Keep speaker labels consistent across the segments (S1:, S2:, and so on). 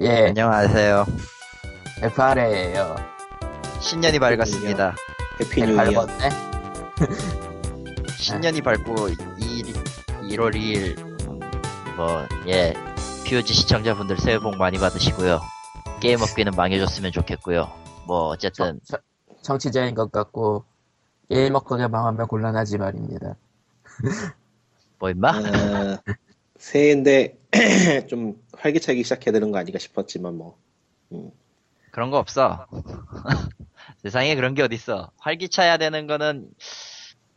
S1: 예,
S2: 안녕하세요.
S1: FRA예요. 네,
S2: 신년이 밝았습니다.
S3: 해피 뉴 이어.
S1: 밝았네.
S2: 예. 신년이 밝고 2일, 1월 2일 뭐 예. POG 시청자분들 새해 복 많이 받으시고요. 게임 업계는 망해줬으면 좋겠고요. 뭐 어쨌든
S1: 청- 정치자인 것 같고 게임 업계가 망하면 곤란하지 말입니다.
S2: 뭐 임마?
S3: 아, 새해인데 좀 활기차기 시작해야 되는 거 아닌가 싶었지만 뭐
S2: 그런 거 없어. 세상에 그런 게 어딨어. 활기차야 되는 거는,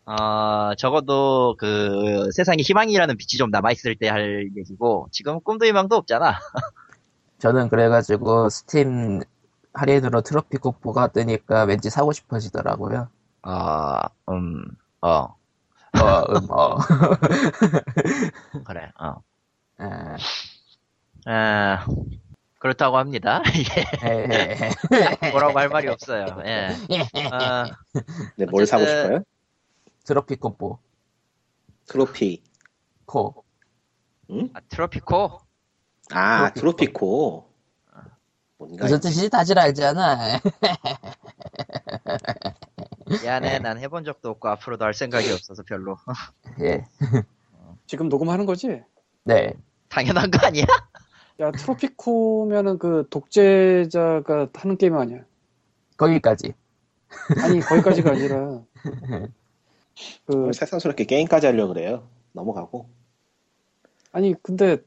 S2: 어, 적어도 그 세상에 희망이라는 빛이 좀 남아있을 때 할 얘기고, 지금 꿈도 희망도 없잖아.
S1: 저는 그래가지고 스팀 할인으로 트로피 국보가 뜨니까 왠지 사고 싶어지더라고요.
S2: 어, 음, 어,
S1: 어, 음, 어.
S2: 그래, 어.
S1: 예,
S2: 아, 그렇다고 합니다. 예,
S1: 예, 예,
S2: 뭐라고 할 말이 없어요. 예. 어,
S3: 근데 뭘 사고
S2: 어쨌든-
S3: 싶어요?
S1: 트로피 국보
S3: 트로피.
S1: 코.
S3: 응?
S2: 아, 트로피코?
S3: 아
S1: 트로피
S3: 트로피코. 뭔가
S1: 무슨 뜻인지 다들 알잖아.
S2: 미안해, 난 해본 적도 없고, 앞으로도 할 생각이 없어서 별로.
S1: 예,
S4: 지금 녹음하는 거지?
S1: 네.
S2: 당연한 거 아니야?
S4: 야 트로피코면은 그 독재자가 하는 게임 아니야?
S1: 거기까지.
S4: 아니 거기까지가 아니라 그
S3: 새삼스럽게 게임까지 하려 고 그래요. 넘어가고.
S4: 아니 근데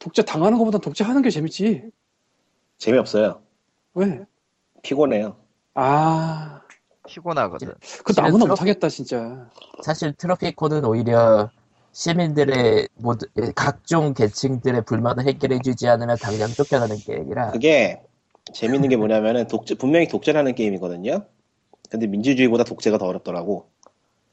S4: 독재 당하는 것보다 독재하는 게 재밌지
S3: 재미없어요.
S4: 왜?
S3: 피곤해요.
S4: 아,
S2: 피곤하거든.
S4: 그
S1: 진짜
S4: 나무나
S1: 트로피-
S4: 못하겠다 진짜.
S1: 사실 트로피 코는 오히려 시민들의 모두 예, 각종 계층들의 불만을 해결해주지 않으면 당장 쫓겨나는 계획이라
S3: 그게 재밌는 게 뭐냐면은 독재 분명히 독재라는 게임이거든요. 근데 민주주의보다 독재가 더 어렵더라고.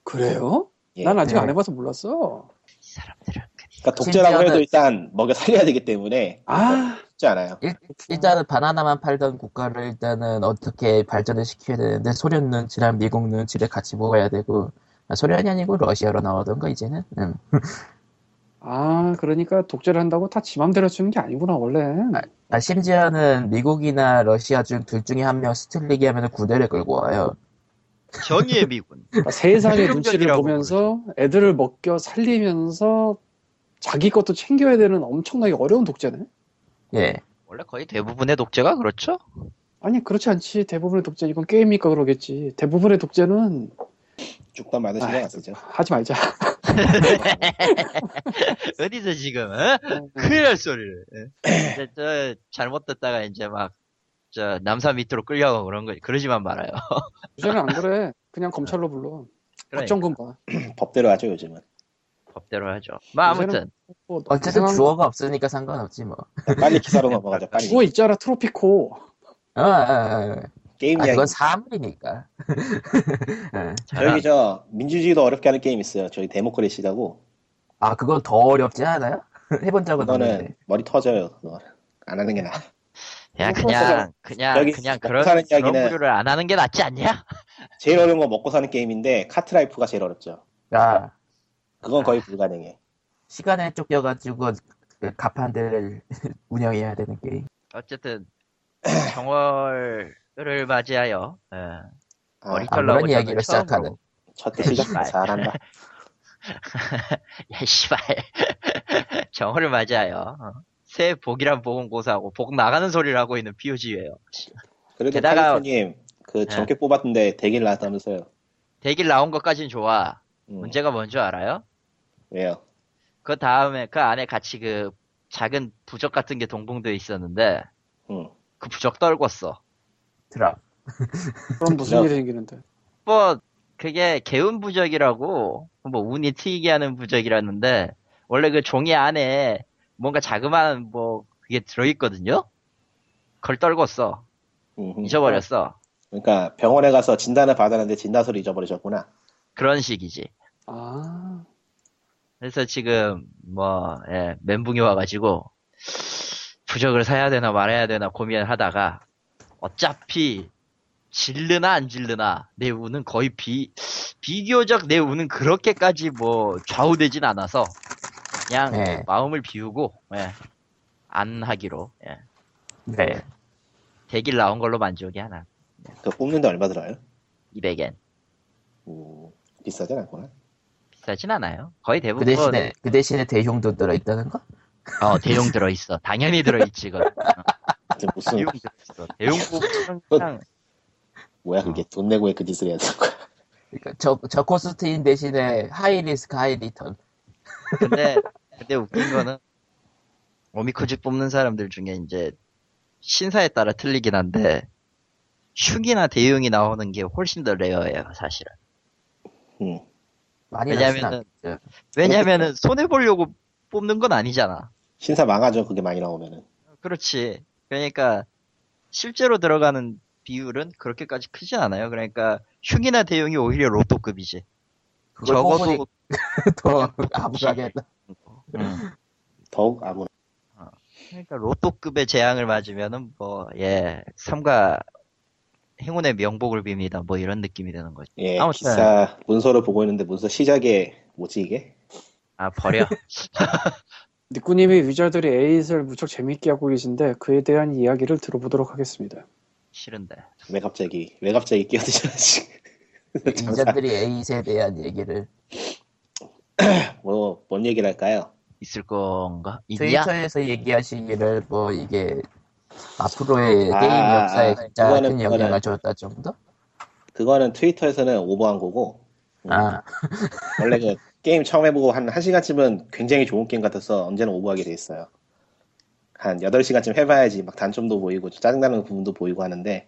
S4: 그래요?
S3: 예.
S4: 난 아직
S1: 네.
S4: 안 해봐서 몰랐어.
S2: 이 사람들은.
S3: 그러니까 독재라고
S1: 심지어는-
S3: 해도 일단 먹여 살려야 되기 때문에
S4: 아,
S3: 쉽지 않아요.
S1: 일, 일단은 바나나만 팔던 국가를 일단은 어떻게 발전을 시켜야 되는데 소련 눈치랑 미국 눈치를 같이 먹어야 되고 아, 소련이 아니고 러시아로 나오던가 이제는 음.
S4: 아, 그러니까 독재를 한다고 다 지 맘대로 주는 게 아니구나 원래.
S1: 아, 심지어는 미국이나 러시아 중 둘 중에 한 명 스틸리게 하면 군대를 끌고 와요
S2: 정의의 미군.
S4: 그러니까 세상의 눈치를
S2: 실용적이라고
S4: 보면서 애들을 먹여 살리면서 자기 것도 챙겨야 되는 엄청나게 어려운 독재네.
S1: 예
S2: 원래 거의 대부분의 독재가 그렇죠?
S4: 아니 그렇지 않지. 대부분의 독재 이건 게임이니까 그러겠지. 대부분의 독재는
S3: 죽다 많은
S1: 아.
S3: 신경 안 쓰죠.
S4: 하지 말자.
S2: 어디서 지금, 어?
S1: 네.
S2: 큰일 날 소리를. 예. 근데 저, 잘못 듣다가 이제 막, 저, 남사 밑으로 끌려가고 그런 거, 그러지만 말아요.
S4: 요새는 안 그래. 그냥 검찰로 불러.
S2: 그러니까
S4: 박정근 봐.
S3: 법대로 하죠 요즘은.
S2: 법대로 하죠. 뭐, 아무튼,
S4: 뭐
S1: 어쨌든
S4: 이상한-
S1: 주어가 없으니까 상관없지 뭐
S3: 빨리 기사로 넘어가자. 빨리.
S4: 주어 있잖아 트로피코.
S1: 어, 어, 어, 어.
S3: 게임
S1: 아,
S3: 이야기.
S1: 그건 사물이니까
S3: 저기
S2: 잘한,
S3: 저 민주주의도 어렵게 하는 게임 있어요. 저희 데모크레시라고.
S1: 아, 그건 더 어렵지 않아요? 해본 적은 없는데.
S3: 그거는 머리 터져요. 그거 안 하는 게 나아.
S2: 그냥, 그냥, 그냥,
S3: 여기
S2: 그냥
S3: 먹고
S2: 그런,
S3: 사는
S2: 그런
S3: 이야기는-
S2: 부류를 안 하는 게 낫지 않냐?
S3: 제일 어려운 건 먹고 사는 게임인데 카트라이프가 제일 어렵죠.
S1: 야,
S3: 그건
S2: 아,
S3: 거의 불가능해.
S1: 아, 시간에 쫓겨가지고 그 가판대를 운영해야 되는 게임.
S2: 어쨌든, 정월을 맞이하여, 예,
S3: 아,
S2: 머리
S1: 아,
S2: 털 나오고
S1: 그런 이야기를
S2: 처음으로.
S1: 시작하는.
S3: 첫대 시작
S2: 씨발.
S3: 잘한다.
S2: 야, 씨발. 정월을 맞이하여, 어, 새해 복이란 복은 고사하고, 복 나가는 소리를 하고 있는 POG예요.
S3: 그래도
S2: 게다가- 네.
S3: 게다가님 그 정계 뽑았는데 대길 나왔다면서요.
S2: 대길 나온 것까진 좋아.
S3: 음,
S2: 문제가 뭔 줄 알아요?
S3: 왜요?
S2: 그 다음에 그 안에 같이 그 작은 부적 같은 게 동봉돼 있었는데
S3: 음.
S2: 그 부적 떨궜어.
S1: 드랍.
S4: 그럼 무슨
S3: 야.
S4: 일이 생기는데?
S2: 뭐 그게 개운 부적이라고 뭐 운이 트이게 하는 부적이라는데 원래 그 종이 안에 뭔가 자그마한 뭐 그게 들어있거든요. 그걸 떨궜어.
S3: 음,
S2: 잊어버렸어.
S3: 그러니까 병원에 가서 진단을 받았는데 진단서를 잊어버리셨구나.
S2: 그런 식이지.
S4: 아,
S2: 그래서 지금 뭐 예, 멘붕이 와가지고 부적을 사야 되나 말아야 되나 고민하다가 어차피 질르나 안 질르나 내 운은 거의 비 비교적 내 운은 그렇게까지 뭐 좌우되진 않아서 그냥
S1: 네.
S2: 마음을 비우고 예, 안 하기로 예.
S1: 네.
S2: 대길 나온 걸로 만족이 하나
S3: 그 뽑는데 얼마 들어요?
S2: 200엔
S3: 음, 비싸진 않구나.
S2: 비싸진 않아요 거의
S1: 그
S2: 대부분
S1: 대신에 그 대신에 대흉도 들어있다는 거?
S2: 어 대용 들어있어 당연히 들어있지 그거
S3: 이제 무슨
S2: 대용 들어있어 대용 뽑으면 그냥
S3: 뭐야 그게 돈 내고 왜 그 짓을 해야 되는 거야?
S1: 그러니까 저, 저 코스트인 대신에 하이 리스크 하이 리턴.
S2: 근데 근데 웃긴 거는 오미쿠지 뽑는 사람들 중에 이제 신사에 따라 틀리긴 한데 흉이나 대용이 나오는 게 훨씬 더 레어예요 사실은
S3: 음.
S1: 많이
S2: 왜냐면은-
S1: 나진 않겠죠.
S2: 왜냐면은 손해 보려고 뽑는 건 아니잖아
S3: 신사 망하죠 그게 많이 나오면은.
S2: 그렇지 그러니까 실제로 들어가는 비율은 그렇게까지 크진 않아요 그러니까 흉이나 대용이 오히려 로또급이지
S1: 그걸 뽑으니
S2: 적어도 그
S1: 더 암울하겠다.
S2: 음.
S3: 더욱 아무나.
S2: 그러니까 로또급의 재앙을 맞으면은 뭐예 삼가 행운의 명복을 빕니다 뭐 이런 느낌이 드는 거지
S3: 예,
S2: 아무튼.
S3: 기사 문서를 보고 있는데 문서 시작에 뭐지 이게?
S2: 아 버려
S4: 니꾸님이 위저들이 에잇을 무척 재밌게 하고 계신데 그에 대한 이야기를 들어보도록 하겠습니다.
S2: 싫은데
S3: 왜 갑자기 왜 갑자기 끼어드셨지?
S1: 인자들이 에잇에 대한 얘기를
S3: 뭐뭔 얘기를 할까요?
S2: 있을 건가 있냐
S1: 트위터에서 얘기하시기를 뭐 이게 앞으로의
S3: 아,
S1: 게임 역사에
S3: 아,
S1: 진짜
S3: 그거는-
S1: 큰 영향을
S3: 그거는-
S1: 줬다 정도?
S3: 그거는 트위터에서는 오버한 거고
S1: 아,
S3: 원래 그 게임 처음 해보고 한 1시간쯤은 굉장히 좋은 게임 같아서 언제나 오버하게 돼 있어요. 한 8시간쯤 해봐야지 막 단점도 보이고 좀 짜증나는 부분도 보이고 하는데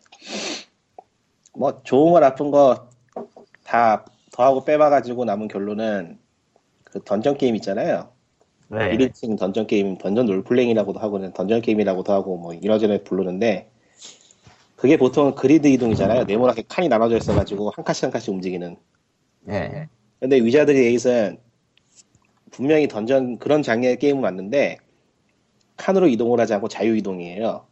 S3: 뭐 좋은 거 나쁜 거 다 더하고 빼봐가지고 남은 결론은 그 던전 게임 있잖아요.
S1: 네.
S3: 1인칭 던전 게임, 던전 롤플레잉이라고도 하고 는 던전 게임이라고도 하고 뭐 이러저러 부르는데 그게 보통 그리드 이동이잖아요. 네모나게 칸이 나눠져 있어가지고 한 칸씩 한 칸씩 움직이는
S1: 예.
S3: 근데 위자드리 에잇은 분명히 던전 그런 장르의 게임은 맞는데 칸으로 이동을 하지 않고 자유 이동이에요.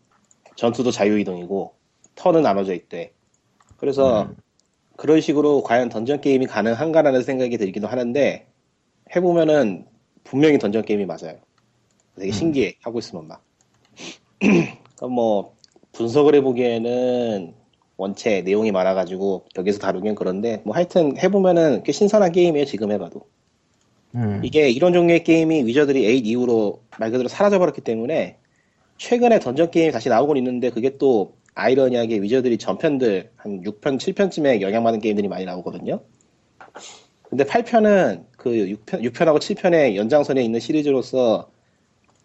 S3: 전투도 자유 이동이고 턴은 나눠져 있대. 그래서
S1: 음.
S3: 그런 식으로 과연 던전 게임이 가능한가라는 생각이 들기도 하는데 해보면은 분명히 던전 게임이 맞아요. 되게 신기해 하고 있으면 막. 그러니까 뭐 분석을 해보기에는 원체 내용이 많아가지고 여기서 다루긴 그런데 뭐 하여튼 해보면은 꽤 신선한 게임이에요 지금 해봐도.
S1: 음.
S3: 이게 이런 종류의 게임이 위저들이 8 이후로 말 그대로 사라져버렸기 때문에 최근에 던전 게임이 다시 나오고 있는데 그게 또 아이러니하게 위저들이 전편들 한 6편, 7편쯤에 영향받은 게임들이 많이 나오거든요. 근데 8편은 그 6편, 6편하고 7편의 연장선에 있는 시리즈로서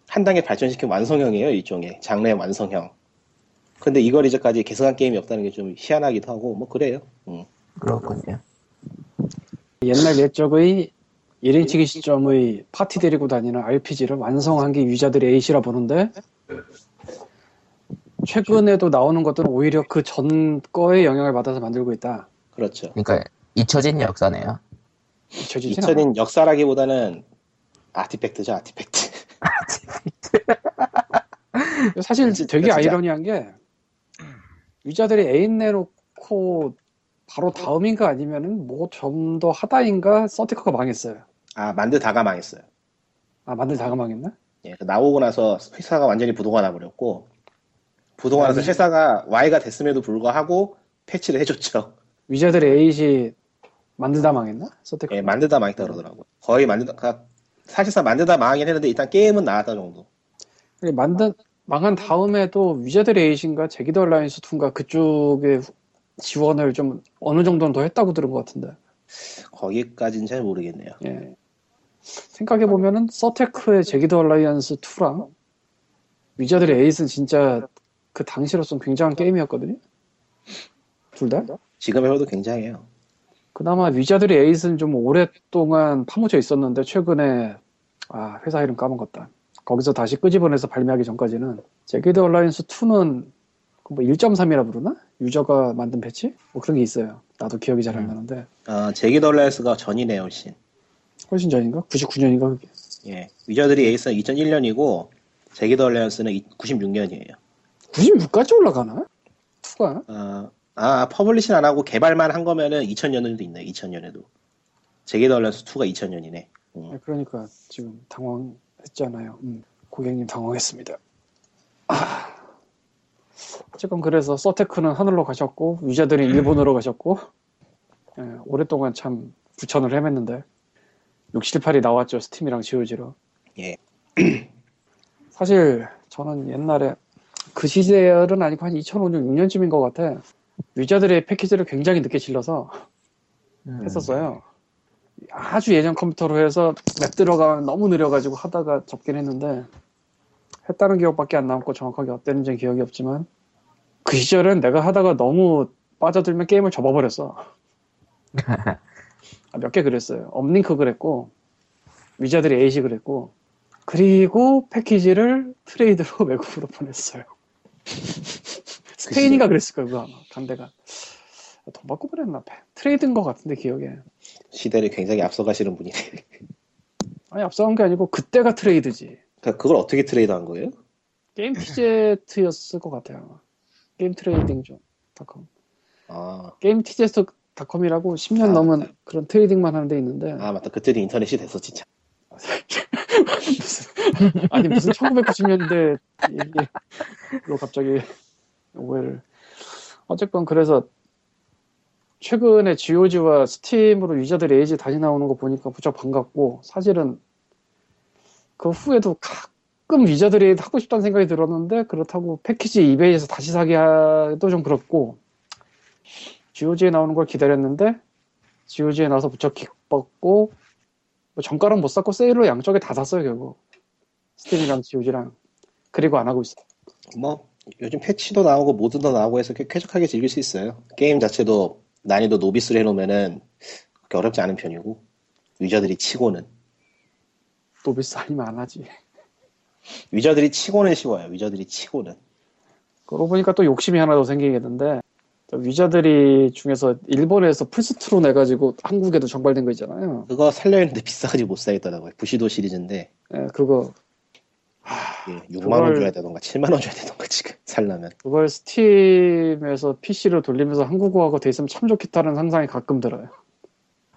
S3: 한 단계 발전시킨 완성형이에요. 일종의 장르의 완성형. 근데 이걸 이제까지 개선한 게임이 없다는 게 좀 희한하기도 하고 뭐 그래요. 음.
S1: 그렇군요.
S4: 옛날 옛적의 1인칭 시점의 파티 데리고 다니는 RPG를 완성한 게 위자들의 에잇이라 보는데 최근에도 나오는 것들은 오히려 그 전 거에 영향을 받아서 만들고 있다.
S3: 그렇죠.
S1: 그러니까 잊혀진 역사네요.
S4: 잊혀지진 않아.
S3: 이천인 역사라기보다는 아티팩트죠. 아티팩트.
S4: 사실
S3: 진짜,
S4: 되게
S3: 진짜.
S4: 아이러니한 게 유자들이 애인 내놓고 바로 다음인가 아니면은 뭐 좀 더 하다인가 서티커가 망했어요.
S3: 아 만드다가 망했어요.
S4: 아 만들 다가 망했나?
S3: 예, 그 나오고 나서 회사가 완전히 부도가 나버렸고 부도가 나서
S4: 아니.
S3: 회사가 Y가 됐음에도 불구하고 패치를 해줬죠.
S4: 위자들의 에잇이 만들다 망했나? 서티커.
S3: 예, 만드다 망했다 그러더라고요. 거의 만드다 가- 사실상 만드다 망하긴 했는데 일단 게임은 나왔다 정도.
S4: 그리고 예, 만든 망한 다음에도 위자들의 에잇인가 제기도 얼라이언스 2인가 그쪽에 후- 지원을 좀 어느 정도는 더 했다고 들은 것 같은데.
S3: 거기까지는 잘 모르겠네요.
S4: 예. 생각해 보면은 서테크의 제기도 얼라이언스 2랑 위자들의 에잇은 진짜 그 당시로선 굉장한 게임이었거든요. 둘 다.
S3: 지금 해봐도 굉장해요.
S4: 그나마 위자들의 에잇은 좀 오랫동안 파묻혀 있었는데 최근에 아 회사 이름 까먹었다. 거기서 다시 끄집어내서 발매하기 전까지는 제기도 얼라이언스 2는 뭐 1.3이라 부르나? 유저가 만든 패치? 뭐 그런 게 있어요. 나도 기억이 잘 안
S1: 음.
S4: 나는데
S3: 아, 제기덜라이스가 전이네요, 훨씬.
S4: 훨씬 전인가? 99년인가 그게.
S3: 예, 위저들이 에이스는 2001년이고 제기덜라이스는 96년이에요.
S4: 96까지 올라가나? 2가?
S3: 아, 아, 퍼블리싱 안 하고 개발만 한 거면은 2000년에도 있네. 2000년에도. 제기덜라이스 2가 2000년이네.
S4: 네, 그러니까 지금 당황했잖아요. 음, 고객님 당황했습니다. 지금 그래서 서테크는 하늘로 가셨고 위자들이 일본으로 가셨고 예, 오랫동안 참 부천을 헤맸는데 678이 나왔죠 스팀이랑 지오지로
S3: 예.
S4: 사실 저는 옛날에 그 시절은 아니고 한 2005년 6년쯤인 것 같아 위자들의 패키지를 굉장히 늦게 질러서
S1: 음.
S4: 했었어요. 아주 예전 컴퓨터로 해서 맵 들어가면 너무 느려가지고 하다가 접긴 했는데 했다는 기억밖에 안 남고 정확하게 어땠는지는 기억이 없지만 그 시절은 내가 하다가 너무 빠져들면 게임을 접어버렸어. 아, 몇 개 그랬어요. 업링크 그랬고 위자들이 에이시 그랬고 그리고 패키지를 트레이드로 외국으로 보냈어요. 스페인인가 그랬을 거예요, 그거 아마. 간대가. 돈 받고 그랬나? 봐. 트레이드인 것 같은데, 기억에.
S3: 시대를 굉장히 앞서가시는 분이네.
S4: 아니, 앞서간 게 아니고, 그때가 트레이드지.
S3: 그러니까 그걸 어떻게 트레이드한 거예요?
S4: 게임 티제트였을 것 같아요, 아마. 게임 트레이딩 좀. 닷컴.
S3: 아,
S4: 게임 티제트 닷컴이라고 10년
S3: 아.
S4: 넘은 그런 트레이딩만 하는 데 있는데.
S3: 아 맞다. 그때도 인터넷이 됐었지. 참.
S4: 무슨- 아니 무슨 1990년대 얘기로 갑자기 오해를 어쨌건 그래서 최근에 GOG와 스팀으로 유저들이 에이지 다시 나오는 거 보니까 무척 반갑고 사실은 그 후에도 가끔 유저들이 하고 싶다는 생각이 들었는데 그렇다고 패키지 이베이에서 다시 사기 하도 좀 그렇고 GOG에 나오는 걸 기다렸는데 GOG에 나와서 무척 기뻤고 뭐 정가로 못 샀고 세일로 양쪽에 다 샀어요 결국 스팀이랑 지오지랑 그리고 안 하고 있어
S3: 뭐 요즘 패치도 나오고 모드도 나오고 해서 꽤 쾌적하게 즐길 수 있어요. 게임 자체도 난이도 노비스로 해놓으면은 그렇게 어렵지 않은 편이고 위저들이 치고는
S4: 노비스 아니면 안 하지
S3: 위저들이 치고는 쉬워요. 위저들이 치고는
S4: 그러고 보니까 또 욕심이 하나 더 생기겠는데 저 위자들이 중에서 일본에서 플스2로 내가지고 한국에도 정발된 거 있잖아요
S3: 그거 살려 했는데 비싸가지고 못 사겠더라고요. 부시도 시리즈인데
S4: 예, 그거
S3: 예, 6만 원
S4: 그걸-
S3: 줘야 되던가 7만 원 줘야 되던가 지금 살려면
S4: 그걸 스팀에서 PC로 돌리면서 한국어하고 돼 있으면 참 좋겠다는 상상이 가끔 들어요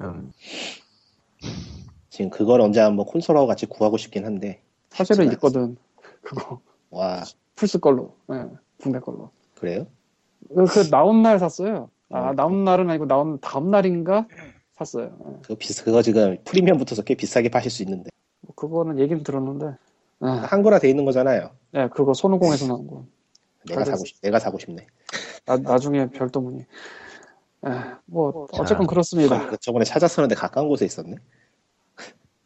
S1: 음.
S3: 지금 그걸 언제 한번 콘솔하고 같이 구하고 싶긴 한데
S4: 사실은
S3: 그렇지.
S4: 있거든 그거
S3: 와
S4: 플스 걸로 예, 국내 걸로
S3: 그래요?
S4: 그, 그 나온 날 샀어요. 아
S3: 음.
S4: 나온 날은 아니고 나온 다음 날인가 샀어요. 예.
S3: 그거 비싸 그거 지금 프리미엄 붙어서 꽤 비싸게 파실 수 있는데
S4: 뭐 그거는 얘기는 들었는데. 아,
S3: 한글화 돼 있는 거잖아요.
S4: 네, 그거 손오공에서 나온 거.
S3: 내가 사고 싶 내가 사고 싶네.
S4: 나, 나중에 별도 문의. 아, 뭐
S2: 자.
S4: 어쨌건 그렇습니다.
S3: 그 저번에 찾았었는데 가까운 곳에 있었네.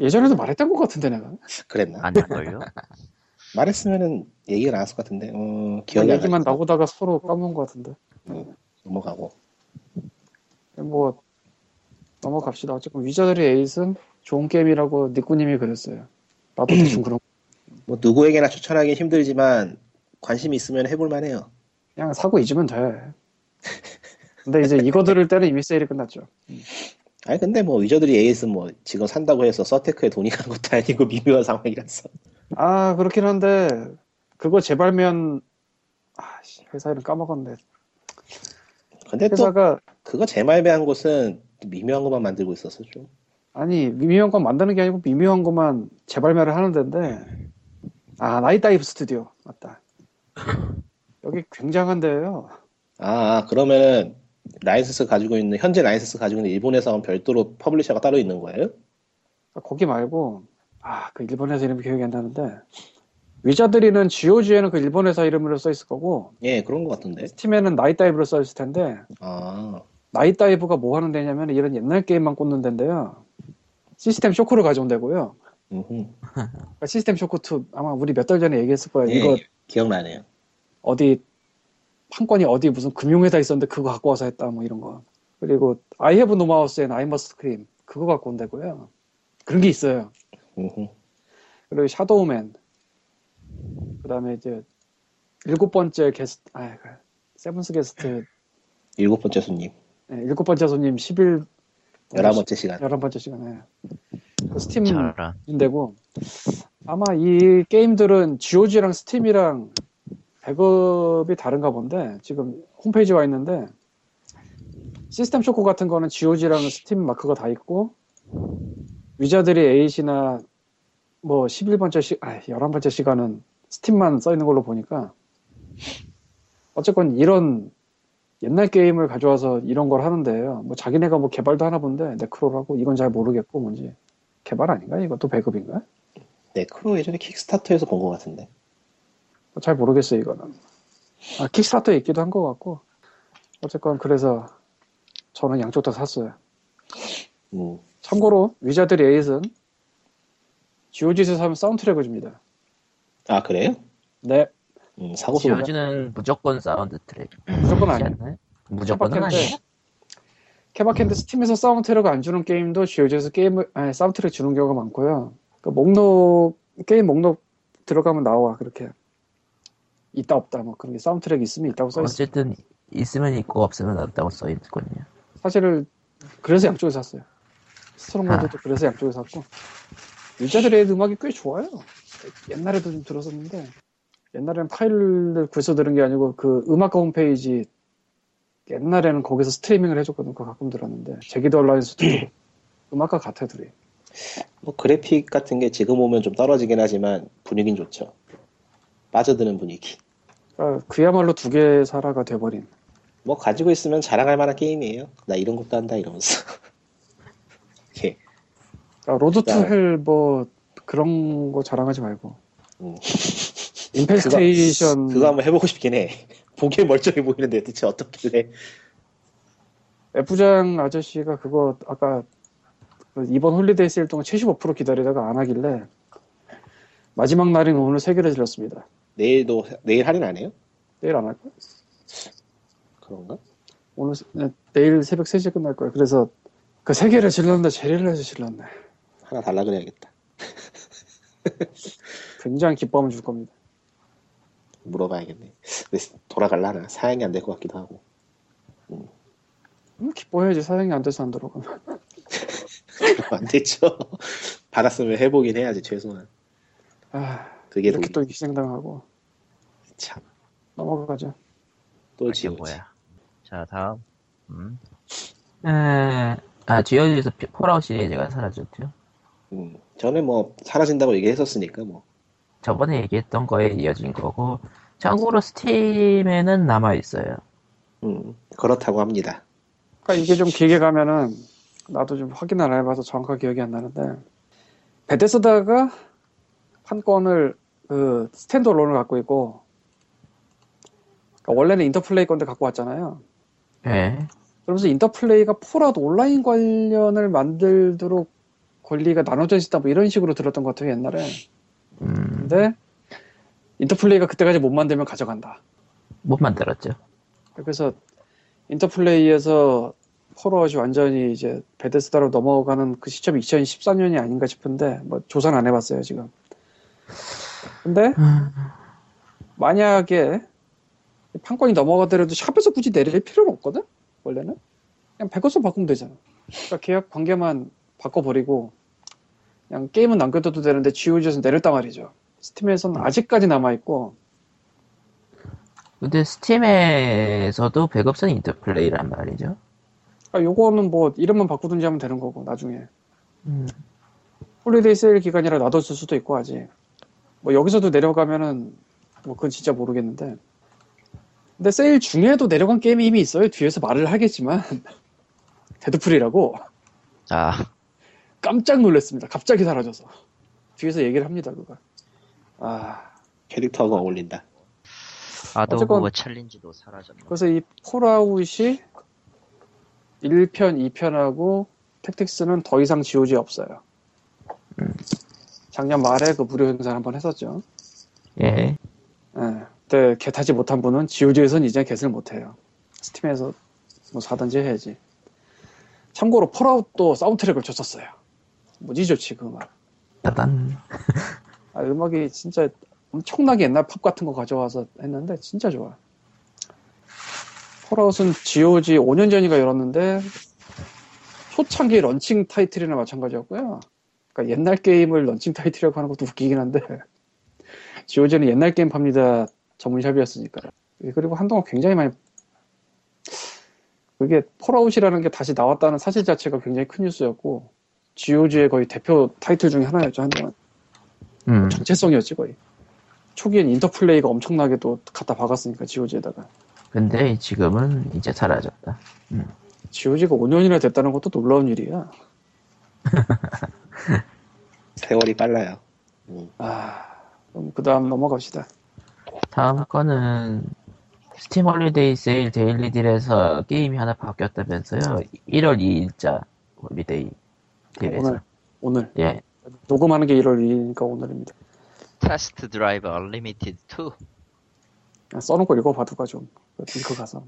S4: 예전에도 말했던 것 같은데 내가
S3: 그랬나?
S2: 아닐걸요?
S3: 말했으면은 얘기가 나왔을 것 같은데 어, 기억이 안
S4: 얘기만
S3: 나서
S4: 나오다가 서로 까먹은 것 같은데.
S3: 넘어가고
S4: 뭐 넘어갑시다. 어쨌건 위자들의 에이스는 좋은 게임이라고 니꾸님이 그랬어요. 나도 대충 그런. 거.
S3: 뭐 누구에게나 추천하기 힘들지만 관심 이 있으면 해볼만해요.
S4: 그냥 사고 잊으면 돼. 근데 이제 이거 들을 때는 이미 세일이 끝났죠.
S3: 아니 근데 뭐 위저들이 AS 뭐 지금 산다고 해서 서테크에 돈이 간 것도 아니고 미묘한 상황이라서
S4: 아 그렇긴 한데 그거 재발면 아씨 회사 이름 까먹었네
S3: 근데 또
S4: 회사가
S3: 그거 재말배한 곳은 미묘한 것만 만들고 있어서 좀
S4: 아니 미묘한 건 만드는 게 아니고 미묘한 것만 재발매를 하는 데인데 아 나이다이브 스튜디오 맞다 여기 굉장한 데예요
S3: 아, 아, 그러면은 라이선스 가지고 있는 현재 라이선스 가지고 있는 일본 회사는 별도로 퍼블리셔가 따로 있는 거예요?
S4: 거기 말고 아 그 일본 회사 이름이 기억이 안 나는데 위자드리는 GOG에는 그 일본 회사 이름으로 써 있을 거고
S3: 예, 그런 것 같은데.
S4: 스팀에는 나이다이브로 써 있을 텐데
S3: 아,
S4: 나이다이브가 뭐 하는 데냐면 이런 옛날 게임만 꽂는 데인데요 시스템 쇼크를 가져온다고요
S3: 음,
S4: 그러니까 시스템 쇼크2 아마 우리 몇 달 전에 얘기했을 거예요.
S3: 예,
S4: 아, 이거
S3: 기억나네요.
S4: 어디 판권이 어디 무슨 금융회사 있었는데 그거 갖고 와서 했다 뭐 이런 거. 그리고 I have no mouse and I must scream 그거 갖고 온다고요. 그런 게 있어요.
S3: 음,
S4: 그리고 샤도우맨 그다음에 이제 일곱 번째 게스트 아 그, 세븐스 게스트
S3: 일곱 번째 손님,
S4: 예, 일곱 번째 손님 11
S3: 열한 번째 시간.
S4: 11번째 시간에 그
S2: 음.
S4: 스팀
S2: 저런.
S4: 인데고 아마 이 게임들은 GOG랑 스팀이랑 백업이 다른가 본데 지금 홈페이지 와 있는데 시스템 쇼크 같은 거는 GOG랑 스팀 마크가 다 있고 위자들이 에잇이나 뭐 11번째 시, 아 11번째 시간은 스팀만 써 있는 걸로 보니까 어쨌건 이런 옛날 게임을 가져와서 이런 걸 하는데요. 뭐 자기네가 뭐 개발도 하나 본데 네크로라고 이건 잘 모르겠고 뭔지 개발 아닌가? 이것도 배급인가?
S3: 네크로 예전에 킥스타터에서 본 것 같은데.
S4: 뭐잘 모르겠어요 이거는. 아, 킥스타터에 있기도 한 것 같고 어쨌건 그래서 저는 양쪽 다 샀어요.
S3: 음.
S4: 참고로 위자드 레이슨 GOG에서 사면 사운드트랙을 줍니다.
S3: 아 그래요?
S4: 네,
S3: 음, 사고 소문.
S1: 지어지는 무조건 사운드 트랙.
S4: 무조건 아니에요.
S1: 않나요? 무조건은
S4: 케바캔데-
S1: 아니에요.
S4: 케바캔데 스팀에서 사운드트랙 안 주는 게임도 GOG에서 게임을 아니, 사운드트랙 주는 경우가 많고요. 그 목록 게임 목록 들어가면 나와 그렇게 있다 없다 뭐 그런 게 사운드트랙 있으면 있다고
S1: 아,
S4: 써 있어.
S1: 어쨌든 있으면 있고 없으면 없다고 써 있거든요.
S4: 사실을 그래서 양쪽에 샀어요. 스트롱볼드도
S3: 아.
S4: 그래서 양쪽에 샀고 유저들의 음악이 꽤 좋아요. 옛날에도 좀 들었었는데 옛날에는 파일을 구해서 들은 게 아니고 그 음악가 홈페이지 옛날에는 거기서 스트리밍을 해줬거든. 그거 가끔 들었는데 제기도 온라인에서 듣고 음악가 같아 둘이.
S3: 뭐 그래픽 같은 게 지금 보면 좀 떨어지긴 하지만 분위기는 좋죠. 빠져드는 분위기.
S4: 그러니까 그야말로 두 개의 사라가 돼버린
S3: 뭐 가지고 있으면 자랑할 만한 게임이에요. 나 이런 것도 한다 이러면서. 예.
S4: 그러니까 로드
S3: 야.
S4: 투헬뭐 그런 거 자랑하지 말고
S3: 음.
S4: 임팩스테이션
S3: 그거 한번 해보고 싶긴 해. 보기에 멀쩡해 보이는데 대체 어떻길래?
S4: F장 아저씨가 그거 아까 그 이번 홀리데이 세일 동안 75% 기다리다가 안 하길래 마지막 날인 오늘 세 개를 질렀습니다.
S3: 내일도 내일 할인 안 해요?
S4: 내일 안 할 거야.
S3: 그런가?
S4: 오늘 세- 네, 내일 새벽 3시에 끝날 거야. 그래서 그 세 개를 질렀는데 제리를 해서 질렀네.
S3: 하나 달라 그래야겠다.
S4: 굉장히 기뻐하면 줄 겁니다.
S3: 물어봐야겠네. 근데 돌아갈라나 사양이 안 될 것 같기도 하고.
S4: 음, 기뻐해야지 사양이 안 돼서 안 들어가면.
S3: 그럼 안 되죠. 받았으면 해보긴 해야지 최소한.
S4: 아,
S3: 그게
S4: 이렇게
S3: 독이
S4: 또 희생당하고
S3: 참.
S4: 넘어가죠. 아,
S3: 또
S2: 이게
S3: 지금
S2: 뭐야. 자, 다음. 음.
S4: 네.
S1: 에, 아, GOG에서 폴아웃 시리즈가 사라졌죠.
S3: 음, 저는 뭐 사라진다고 얘기했었으니까 뭐.
S1: 저번에 얘기했던 거에 이어진 거고, 참고로 스팀에는 남아있어요.
S3: 음, 그렇다고 합니다.
S4: 그러니까 이게 좀 길게 가면은 나도 좀 확인 안 해봐서 정확하게 기억이 안 나는데 베데스다가 판권을 그 스탠드얼론을 갖고 있고 그러니까 원래는 인터플레이 건데 갖고 왔잖아요.
S1: 예.
S4: 그러면서 인터플레이가 포라도 온라인 관련을 만들도록 권리가 나눠져 있다 뭐 이런 식으로 들었던 것 같아요 옛날에.
S1: 음,
S4: 근데 인터플레이가 그때까지 못 만들면 가져간다.
S1: 못 만들었죠.
S4: 그래서 인터플레이에서 포로아웃이 완전히 이제 베데스다로 넘어가는 그 시점이 2014년이 아닌가 싶은데 뭐 조사는 안 해봤어요 지금. 근데 만약에 판권이 넘어가더라도 샵에서 굳이 내릴 필요는 없거든 원래는 그냥 백업소 바꾸면 되잖아. 그러니까 계약 관계만 바꿔버리고 그냥 게임은 남겨둬도 되는데 GOG에서 내렸단 말이죠. 스팀에서는 아직까지 남아 있고
S1: 근데 스팀에서도 백업선 인터플레이란 말이죠.
S4: 그러니까 요거는 뭐 이름만 바꾸든지 하면 되는 거고 나중에.
S1: 음,
S4: 홀리데이 세일 기간이라 놔뒀을 수도 있고 아직 뭐 여기서도 내려가면은 뭐 그건 진짜 모르겠는데 근데 세일 중에도 내려간 게임이 이미 있어요 뒤에서 말을 하겠지만 데드풀이라고
S2: 아,
S4: 깜짝 놀랐습니다 갑자기 사라져서 뒤에서 얘기를 합니다 그걸 아
S3: 캐릭터가 어울린다.
S2: 아도브
S4: 어쨌건-
S2: 뭐 챌린지도 사라졌나.
S4: 그래서 이 폴아웃이 1편 2편하고 택틱스는 더 이상 지오지 없어요 작년 말에 그 무료 행사를 한번 했었죠
S1: 예.
S4: 예. 그때 개 타지 못한 분은 GOG에선 이제 개를 못해요. 스팀에서 뭐 사든지 해야지. 참고로 폴아웃도 사운드트랙을 줬었어요. 무지죠 지금 음악.
S1: 따단.
S4: 아, 음악이 진짜 엄청나게 옛날 팝 같은 거 가져와서 했는데 진짜 좋아. 폴아웃은 GOG 5년 전인가 열었는데 초창기 런칭 타이틀이나 마찬가지였고요. 그러니까 옛날 게임을 런칭 타이틀이라고 하는 것도 웃기긴 한데 GOG는 옛날 게임 팝니다 전문샵이었으니까. 그리고 한동안 굉장히 많이 그게 폴아웃이라는 게 다시 나왔다는 사실 자체가 굉장히 큰 뉴스였고 GOG의 거의 대표 타이틀 중에 하나였죠 한동안.
S1: 음,
S4: 전체성이었지 거의. 초기엔 인터플레이가 엄청나게 또 갖다 박았으니까 지오지에다가
S1: 근데 지금은 이제 사라졌다.
S4: 지오지가 5년이나 됐다는 것도 놀라운 일이야.
S3: 세월이 빨라요. 음.
S4: 아, 그럼 그 다음 넘어갑시다.
S1: 다음 거는 스팀 홀리데이 세일 데일리 딜에서 게임이 하나 바뀌었다면서요. 1월 2일자 홀리데이 딜에서.
S4: 오늘, 오늘.
S1: 예.
S4: 녹음하는 게 1월 2일이니까 오늘입니다.
S2: 테스트 드라이브 얼리미티드 2.
S4: 그냥 써놓고 읽어봐두가 좀. 링크 가서.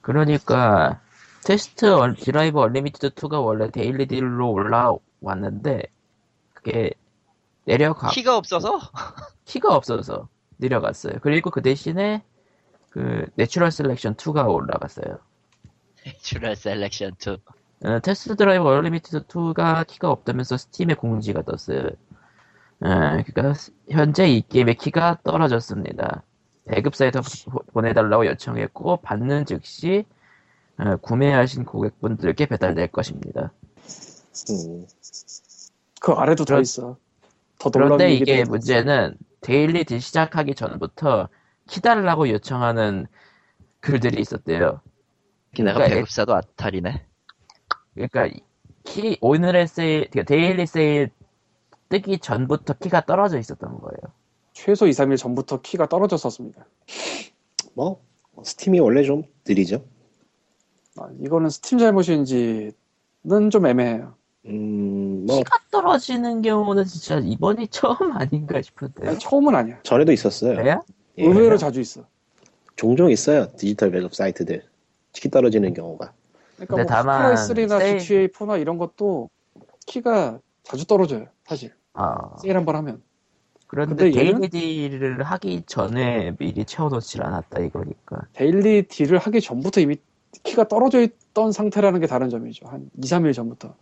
S1: 그러니까 테스트 얼- 드라이브 얼리미티드 2가 원래 데일리 딜로 올라왔는데 그게 내려가
S2: 키가 없어서
S1: 키가 없어서 내려갔어요. 그리고 그 대신에 그 내추럴 셀렉션 2가 올라갔어요.
S2: 내추럴 셀렉션 2.
S1: 어, 테스트 드라이브 얼리미티드 2가 키가 없다면서 스팀에 공지가 떴어요. 어, 그러니까 스- 현재 이 게임의 키가 떨어졌습니다. 배급사에서 보- 보내달라고 요청했고 받는 즉시 어, 구매하신 고객분들께 배달될 것입니다.
S3: 음.
S4: 그 아래도 더
S1: 그런-
S4: 있어. 더 놀라운
S1: 그런데
S4: 일이
S1: 이게
S4: 돼.
S1: 문제는 데일리 딜 시작하기 전부터 키달라고 요청하는 글들이 있었대요.
S2: 게다가
S1: 그러니까
S2: 배급사도 아탈이네.
S1: 그러니까 이- 키 오늘의 세일, 그러니까 데일리 세일 뜨기 전부터 키가 떨어져 있었던 거예요.
S4: 최소 2, 3일 전부터 키가 떨어졌었습니다.
S3: 뭐 스팀이 원래 좀 느리죠.
S4: 아, 이거는 스팀 잘못인지는 좀 애매해요.
S3: 음,
S4: 어.
S3: 뭐
S1: 키가 떨어지는 경우는 진짜 이번이 처음 아닌가 네? 싶은데.
S4: 아니, 처음은 아니야.
S3: 전에도
S4: 그렇죠.
S3: 있었어요.
S1: 요
S3: 예.
S4: 의외로 자주 있어.
S3: 종종 있어요. 디지털 배급 사이트들 키 떨어지는 경우가.
S4: 그러니까
S1: 근데
S4: 뭐
S1: 다만
S4: 플레이3나
S1: 세일-
S4: GTA 4나 이런 것도 키가 자주 떨어져요. 사실
S1: 아,
S4: 세일 한 번 하면.
S1: 그런데
S4: 근데 얘는-
S1: 데일리 딜을 하기 전에 미리 채워놓질 않았다 이거니까.
S4: 데일리 딜을 하기 전부터 이미 키가 떨어져 있던 상태라는 게 다른 점이죠. 한 2, 3일 전부터.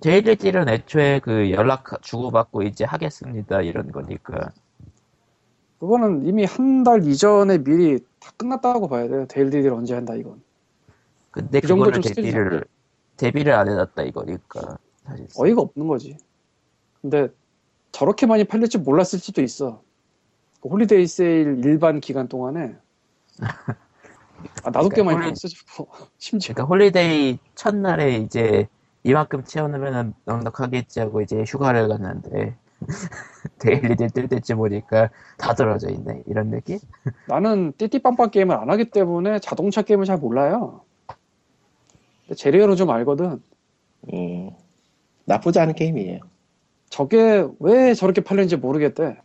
S1: 데일리 딜은 애초에 그 연락 주고받고 이제 하겠습니다 이런 거니까.
S4: 그거는 이미 한 달 이전에 미리 다 끝났다고 봐야 돼요. 데일리 딜 언제 한다 이건.
S1: 근데
S4: 그
S1: 그
S4: 정도
S1: 거를
S4: 좀
S1: 대비를 대비를 안 해놨다 이거니까. 사실.
S4: 어이가 없는 거지. 근데 저렇게 많이 팔릴 줄 몰랐을 수도 있어. 그 홀리데이 세일 일반 기간 동안에 아, 나도 꽤 많이
S1: 그러니까 홀리-
S4: 팔았어. 싶어. 심지어
S1: 그러니까 홀리데이 첫날에 이제 이만큼 채워놓으면 넉넉하겠지 하고 이제 휴가를 갔는데 데일리들 뜰 때쯤 보니까 다 떨어져 있네 이런 느낌?
S4: 나는 띠띠빵빵 게임을 안 하기 때문에 자동차 게임을 잘 몰라요. 근데 제리얼은 좀 알거든.
S3: 음,
S4: 예.
S3: 나쁘지 않은 게임이에요.
S4: 저게 왜 저렇게 팔리는지 모르겠대.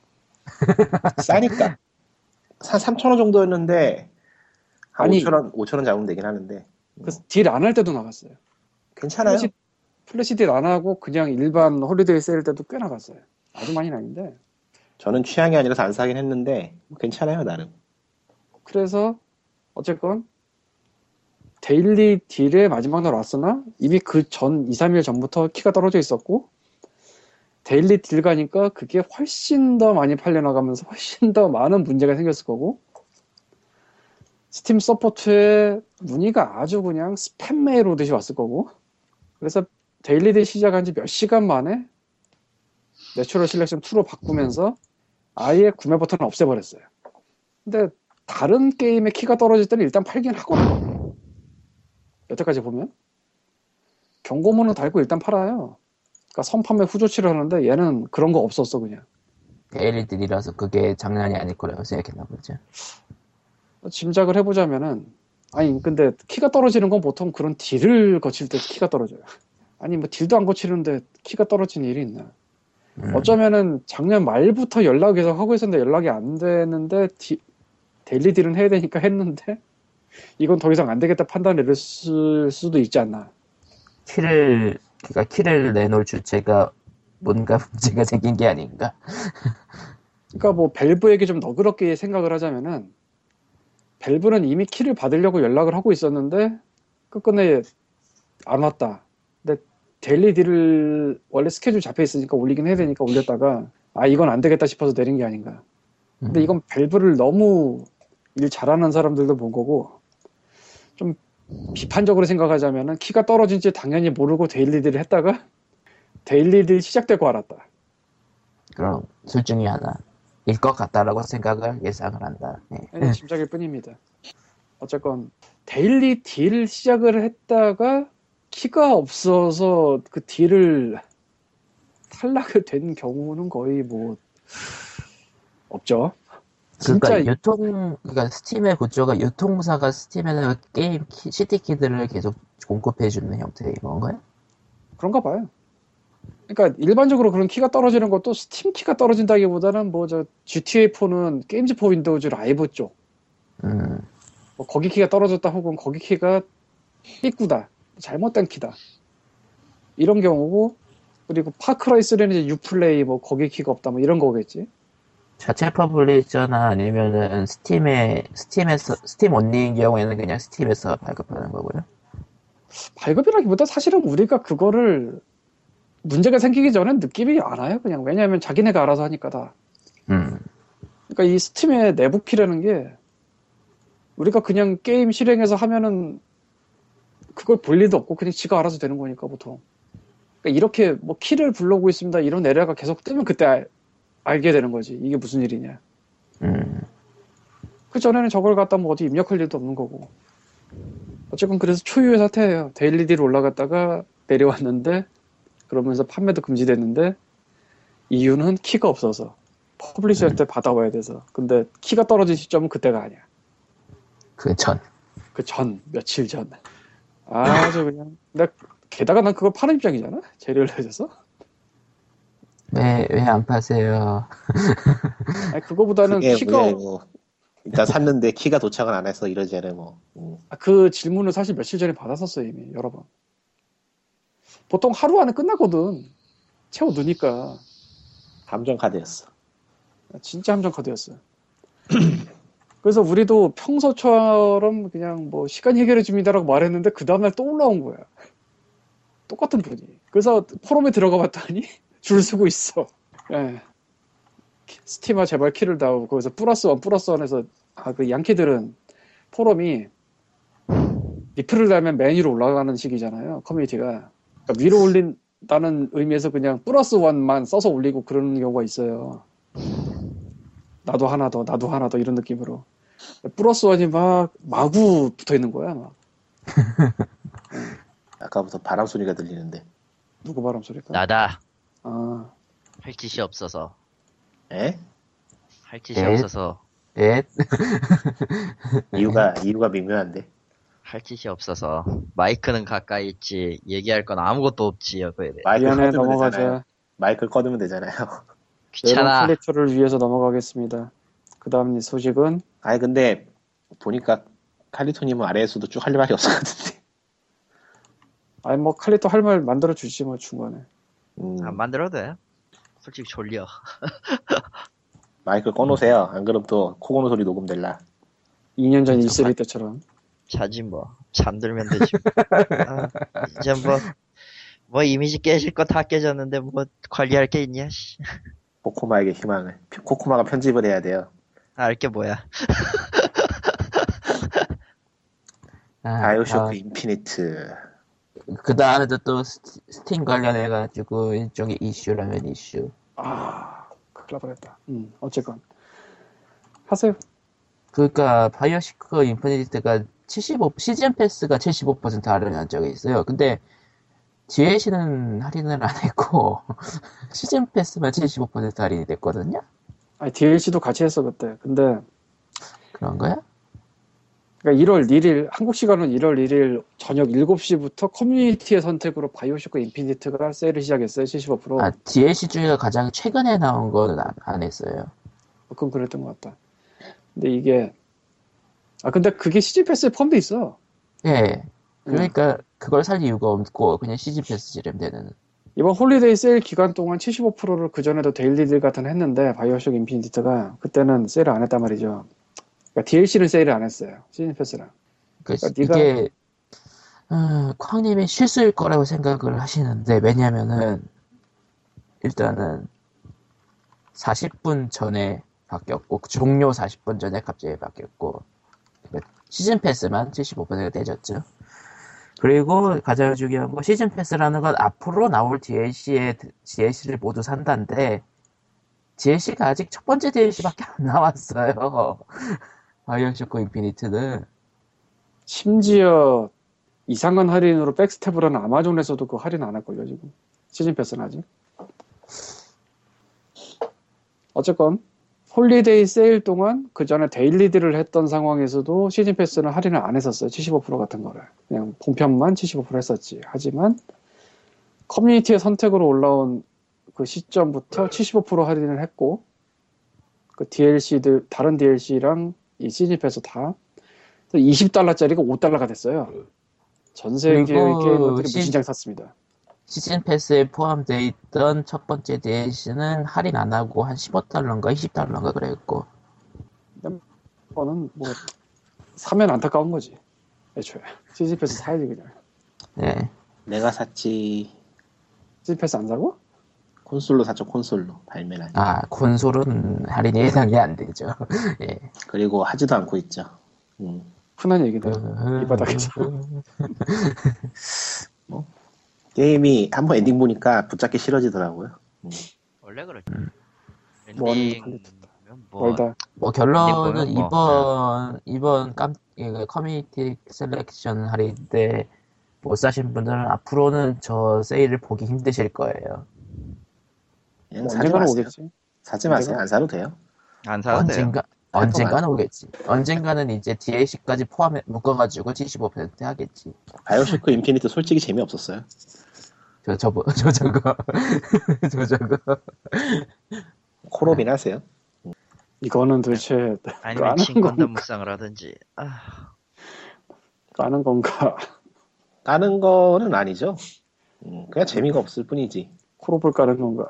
S3: 싸니까. 한 3천 원 정도였는데 한
S4: 아니.
S3: 5천 원, 5천 원 잡으면 되긴 하는데
S4: 딜 안 할 때도 나갔어요.
S3: 괜찮아요.
S4: 플래시, 플래시 딜 안 하고 그냥 일반 홀리데이 세일 때도 꽤 나갔어요. 아주 많이 나는데.
S3: 저는 취향이 아니라서 안 사긴 했는데 뭐 괜찮아요 나름.
S4: 그래서 어쨌건 데일리 딜의 마지막 날 왔으나 이미 그 전 2, 3일 전부터 키가 떨어져 있었고 데일리 딜 가니까 그게 훨씬 더 많이 팔려나가면서 훨씬 더 많은 문제가 생겼을 거고 스팀 서포트에 문의가 아주 그냥 스팸 메일 오듯이 왔을 거고 그래서 데일리 딜 시작한 지 몇 시간 만에 내추럴 실렉션 2로 바꾸면서 아예 구매 버튼을 없애버렸어요 근데 다른 게임의 키가 떨어질 때는 일단 팔긴 하거든요. 여태까지 보면 경고문을 달고 일단 팔아요. 그러니까 선판매 후조치를 하는데 얘는 그런 거 없었어 그냥.
S1: 데일리들이라서 그러니까 그게 장난이 아닐 거라고 생각했나 보죠.
S4: 짐작을 해보자면은 아니 근데 키가 떨어지는 건 보통 그런 딜을 거칠 때 키가 떨어져요. 아니 뭐 딜도 안 거치는데 키가 떨어지는 일이 있나?
S1: 음.
S4: 어쩌면은 작년 말부터 연락 계속 하고 있었는데 연락이 안 되는데 디- 데일리 딜은 해야 되니까 했는데 이건 더 이상 안 되겠다 판단을 내렸을 수도 있지 않나.
S1: 키를 그러니까 키를 내놓을 주체가 뭔가 문제가 생긴 게 아닌가?
S4: 그러니까 뭐 벨브에게 좀 너그럽게 생각을 하자면은 벨브는 이미 키를 받으려고 연락을 하고 있었는데 끝끝내 안 왔다. 근데 데일리 딜을 원래 스케줄 잡혀 있으니까 올리긴 해야 되니까 올렸다가 아 이건 안 되겠다 싶어서 내린 게 아닌가.
S1: 음.
S4: 근데 이건 밸브를 너무 일 잘하는 사람들도 본 거고 좀 비판적으로 생각하자면은 키가 떨어진지 당연히 모르고 데일리딜을 했다가 데일리딜 시작되고 알았다.
S1: 그럼 둘 중에 하나. 일 것 같다라고 생각을 예상을 한다. 예.
S4: 그냥 짐작일 뿐입니다. 네, 어쨌건 데일리 딜 시작을 했다가 키가 없어서 그 딜을 탈락이 된 경우는 거의 뭐 없죠. 진짜
S1: 그러니까 유통 그러니까 스팀의 구조가 유통사가 스팀에다가 게임 키, 시티 키들을 계속 공급해 주는 형태인 건가요?
S4: 그런가 봐요. 그러니까 일반적으로 그런 키가 떨어지는 것도 스팀 키가 떨어진다기보다는 뭐 저 GTA 4는 게임즈 포 윈도우즈 라이브 쪽
S1: 음.
S4: 뭐 거기 키가 떨어졌다 혹은 거기 키가 삐꾸다 잘못된 키다 이런 경우고 그리고 파크라이 3는 이제 유플레이 뭐 거기 키가 없다 뭐 이런 거겠지
S1: 자체 퍼블리셔나 아니면은 스팀에 스팀에서 스팀 언니인 경우에는 그냥 스팀에서 발급하는 거고요.
S4: 발급이라기보다 사실은 우리가 그거를 문제가 생기기 전엔 느낌이 안 와요 그냥 왜냐하면 자기네가 알아서 하니까 다
S1: 음.
S4: 그러니까 이 스팀의 내부 키라는 게 우리가 그냥 게임 실행해서 하면은 그걸 볼 일도 없고 그냥 지가 알아서 되는 거니까 보통. 그러니까 이렇게 뭐 키를 불러오고 있습니다 이런 에러가 계속 뜨면 그때 알, 알게 되는 거지 이게 무슨 일이냐.
S1: 음.
S4: 그 전에는 저걸 갖다 뭐 어디 입력할 일도 없는 거고. 어쨌건 그래서 초유의 사태예요. 데일리디로 올라갔다가 내려왔는데 그러면서 판매도 금지됐는데 이유는 키가 없어서 퍼블리셔한테 받아와야 돼서. 근데 키가 떨어진 시점은 그때가 아니야.
S1: 그전
S4: 그 전 며칠 전. 아주 그냥 나 게다가 난 그걸 파는 입장이잖아. 재료를 해줘서.
S1: 왜왜 안 파세요?
S4: 아니 그거보다는
S3: 그게
S4: 키가
S3: 왜 뭐, 일단 샀는데 키가 도착을 안 해서 이러지 않아 뭐. 음.
S4: 아, 그 질문을 사실 며칠 전에 받았었어요 이미 여러 번. 보통 하루 안에 끝나거든. 채워 넣으니까
S3: 함정 카드였어.
S4: 진짜 함정 카드였어. 그래서 우리도 평소처럼 그냥 뭐 시간 해결해 줍니다라고 말했는데 그 다음날 또 올라온 거야. 똑같은 분이. 그래서 포럼에 들어가 봤더니 줄 서고 있어. 예. 스티마 제발 키를 다오. 거기서 플러스 원 플러스 원에서 아 그 양키들은 포럼이 리플을 달면 맨 위로 올라가는 식이잖아요. 커뮤니티가 그러니까 위로 올린다는 의미에서 그냥 플러스 원만 써서 올리고 그러는 경우가 있어요. 나도 하나 더, 나도 하나 더 이런 느낌으로 플러스 원이 막 마구 붙어 있는 거야. 막
S3: 아까부터 바람 소리가 들리는데.
S4: 누구 바람 소리가?
S2: 나다.
S4: 아,
S2: 할 짓이 없어서.
S3: 에?
S2: 할 짓이
S1: 네.
S2: 없어서.
S1: 예.
S3: 이유가 이유가 미묘한데.
S2: 할 짓이 없어서. 마이크는 가까이 있지. 얘기할 건 아무것도 없지. 여거에 대해.
S3: 마이크 꺼두면
S4: 미안해
S3: 되잖아요.
S4: 넘어가자.
S3: 마이크를 꺼두면 되잖아요.
S4: 이런
S2: 귀찮아.
S4: 플래처를 위해서 넘어가겠습니다. 그 다음 소식은
S3: 아니 근데 보니까 칼리토님은 아래에서도 쭉 할 말이 없을 것 같은데.
S4: 아니 뭐 칼리토 할 말 만들어 주지 뭐 중간에.
S3: 음,
S2: 안 만들어도 돼. 솔직히 졸려.
S3: 마이크 꺼놓으세요. 안 그럼 또 코고노 소리 녹음될라.
S4: 2년 전 E3
S2: 음, 정말.
S4: 때처럼.
S2: 자지 뭐. 잠들면 되지. 아, 이제 뭐. 뭐 이미지 깨질 거 다 깨졌는데 뭐 관리할 게 있냐? 씨.
S3: 코코마에게 희망을. 코코마가 편집을 해야 돼요.
S2: 알게 뭐야.
S1: 아,
S3: 바이오쇼크 인피니트.
S1: 그 다음에도 또 스- 스팀 관련해 가지고 일종의 이슈라면 이슈.
S4: 아, 큰일 날 뻔했다. 음, 어쨌건 하세요.
S1: 그러니까 바이오시크 인피니트가 75 시즌 패스가 75% 할인한 적이 있어요. 근데 DLC는 할인을 안 했고 시즌 패스만 75% 할인이 됐거든요.
S4: 아니 DLC도 같이 했어 그때. 근데
S1: 그런 거야?
S4: 그러니까 1월 1일 한국 시간은 1월 1일 저녁 7시부터 커뮤니티의 선택으로 바이오쇼크 인피니트가 세일을 시작했어요. 75%.
S1: 아 DLC 중에 가장 최근에 나온 거는 안, 안 했어요.
S4: 그건 그랬던 것 같다. 근데 이게 아 근데 그게 시즌 패스에 포함돼 있어.
S1: 예.
S4: 음.
S1: 그러니까 그걸 살 이유가 없고 그냥 시즌 패스 지르면 되는.
S4: 이번 홀리데이 세일 기간 동안 75%를 그전에도 데일리딜 같은 했는데 바이오쇼크 인피니트가 그때는 세일을 안 했단 말이죠. 그러니까 DLC는 세일을 안 했어요. 시즌 패스랑.
S1: 그
S4: 그러니까
S1: 이게 어, 쾅님이 실수일 거라고 생각을 하시는데 왜냐면은 일단은 40분 전에 바뀌었고 그 종료 40분 전에 갑자기 바뀌었고 그러니까 시즌 패스만 75%가 떼졌죠. 그리고 가장 중요한 건 시즌 패스라는 건 앞으로 나올 DLC의 DLC를 모두 산다는데 DLC가 아직 첫 번째 DLC밖에 안 나왔어요. 바이오쇼크 인피니트는
S4: 심지어 이상한 할인으로 백스텝으로는 아마존에서도 그 할인 안 할 걸요 지금 시즌 패스는 아직. 어쨌건 홀리데이 세일 동안 그 전에 데일리딜을 했던 상황에서도 시즌 패스는 할인을 안 했었어요. 75% 같은 거를 그냥 본편만 75% 했었지. 하지만 커뮤니티의 선택으로 올라온 그 시점부터 75% 할인을 했고 그 DLC들 다른 DLC랑 이 시즌 패스 다 20달러짜리가 5달러가 됐어요. 전 세계의
S1: 그리고
S4: 게이머들이
S1: 시-
S4: 무진장 샀습니다.
S1: 시즌 패스에 포함되어 있던 첫 번째 DLC는 할인 안 하고 한 15달러인가 20달러인가 그랬고
S4: 그거는 뭐 사면 안타까운 거지. 애초에 시즌 패스 사야지 그냥.
S1: 네.
S3: 내가 샀지
S4: 시즌 패스 안 사고?
S3: 콘솔로 샀죠 콘솔로 발매를 안
S1: 아 콘솔은 할인 예상이 안 되죠 예.
S3: 그리고 하지도 않고 있죠. 음.
S4: 흔한 얘기다. 이 바닥에서.
S3: 게임이 한번 엔딩 보니까 붙잡기 싫어지더라고요.
S2: 원래 그렇지.
S4: 뭐 하는지
S2: 엔딩 뭐
S4: 멀다.
S1: 뭐
S2: 근데
S1: 결론은
S2: 뭐요?
S1: 이번 이번 깜 이거 커뮤니티 셀렉션 할인 때 못 사신 분들은 앞으로는 저 세일을 보기 힘드실 거예요.
S3: 그냥 사지
S4: 뭐 언젠가는
S3: 마세요.
S4: 오겠지.
S3: 사지 마세요. 안 사도 돼요.
S2: 안 사도 돼요.
S1: 언젠가 언젠가는 오겠지. 언젠가는 이제 DLC까지 포함해 묶어가지고 75% 하겠지.
S3: 바이오쇼크 인피니트 솔직히 재미없었어요.
S1: 저 저거 저 저거 저 저거
S3: 코로빈 하세요.
S4: 이거는 도대체
S2: 아니면 뭐.
S4: 까는 건가?
S2: 진건담 묵상을 하든지. 아,
S4: 까는 건가?
S3: 다른 거는 아니죠. 음, 그냥 재미가 없을 뿐이지.
S4: 코로볼 까는 건가?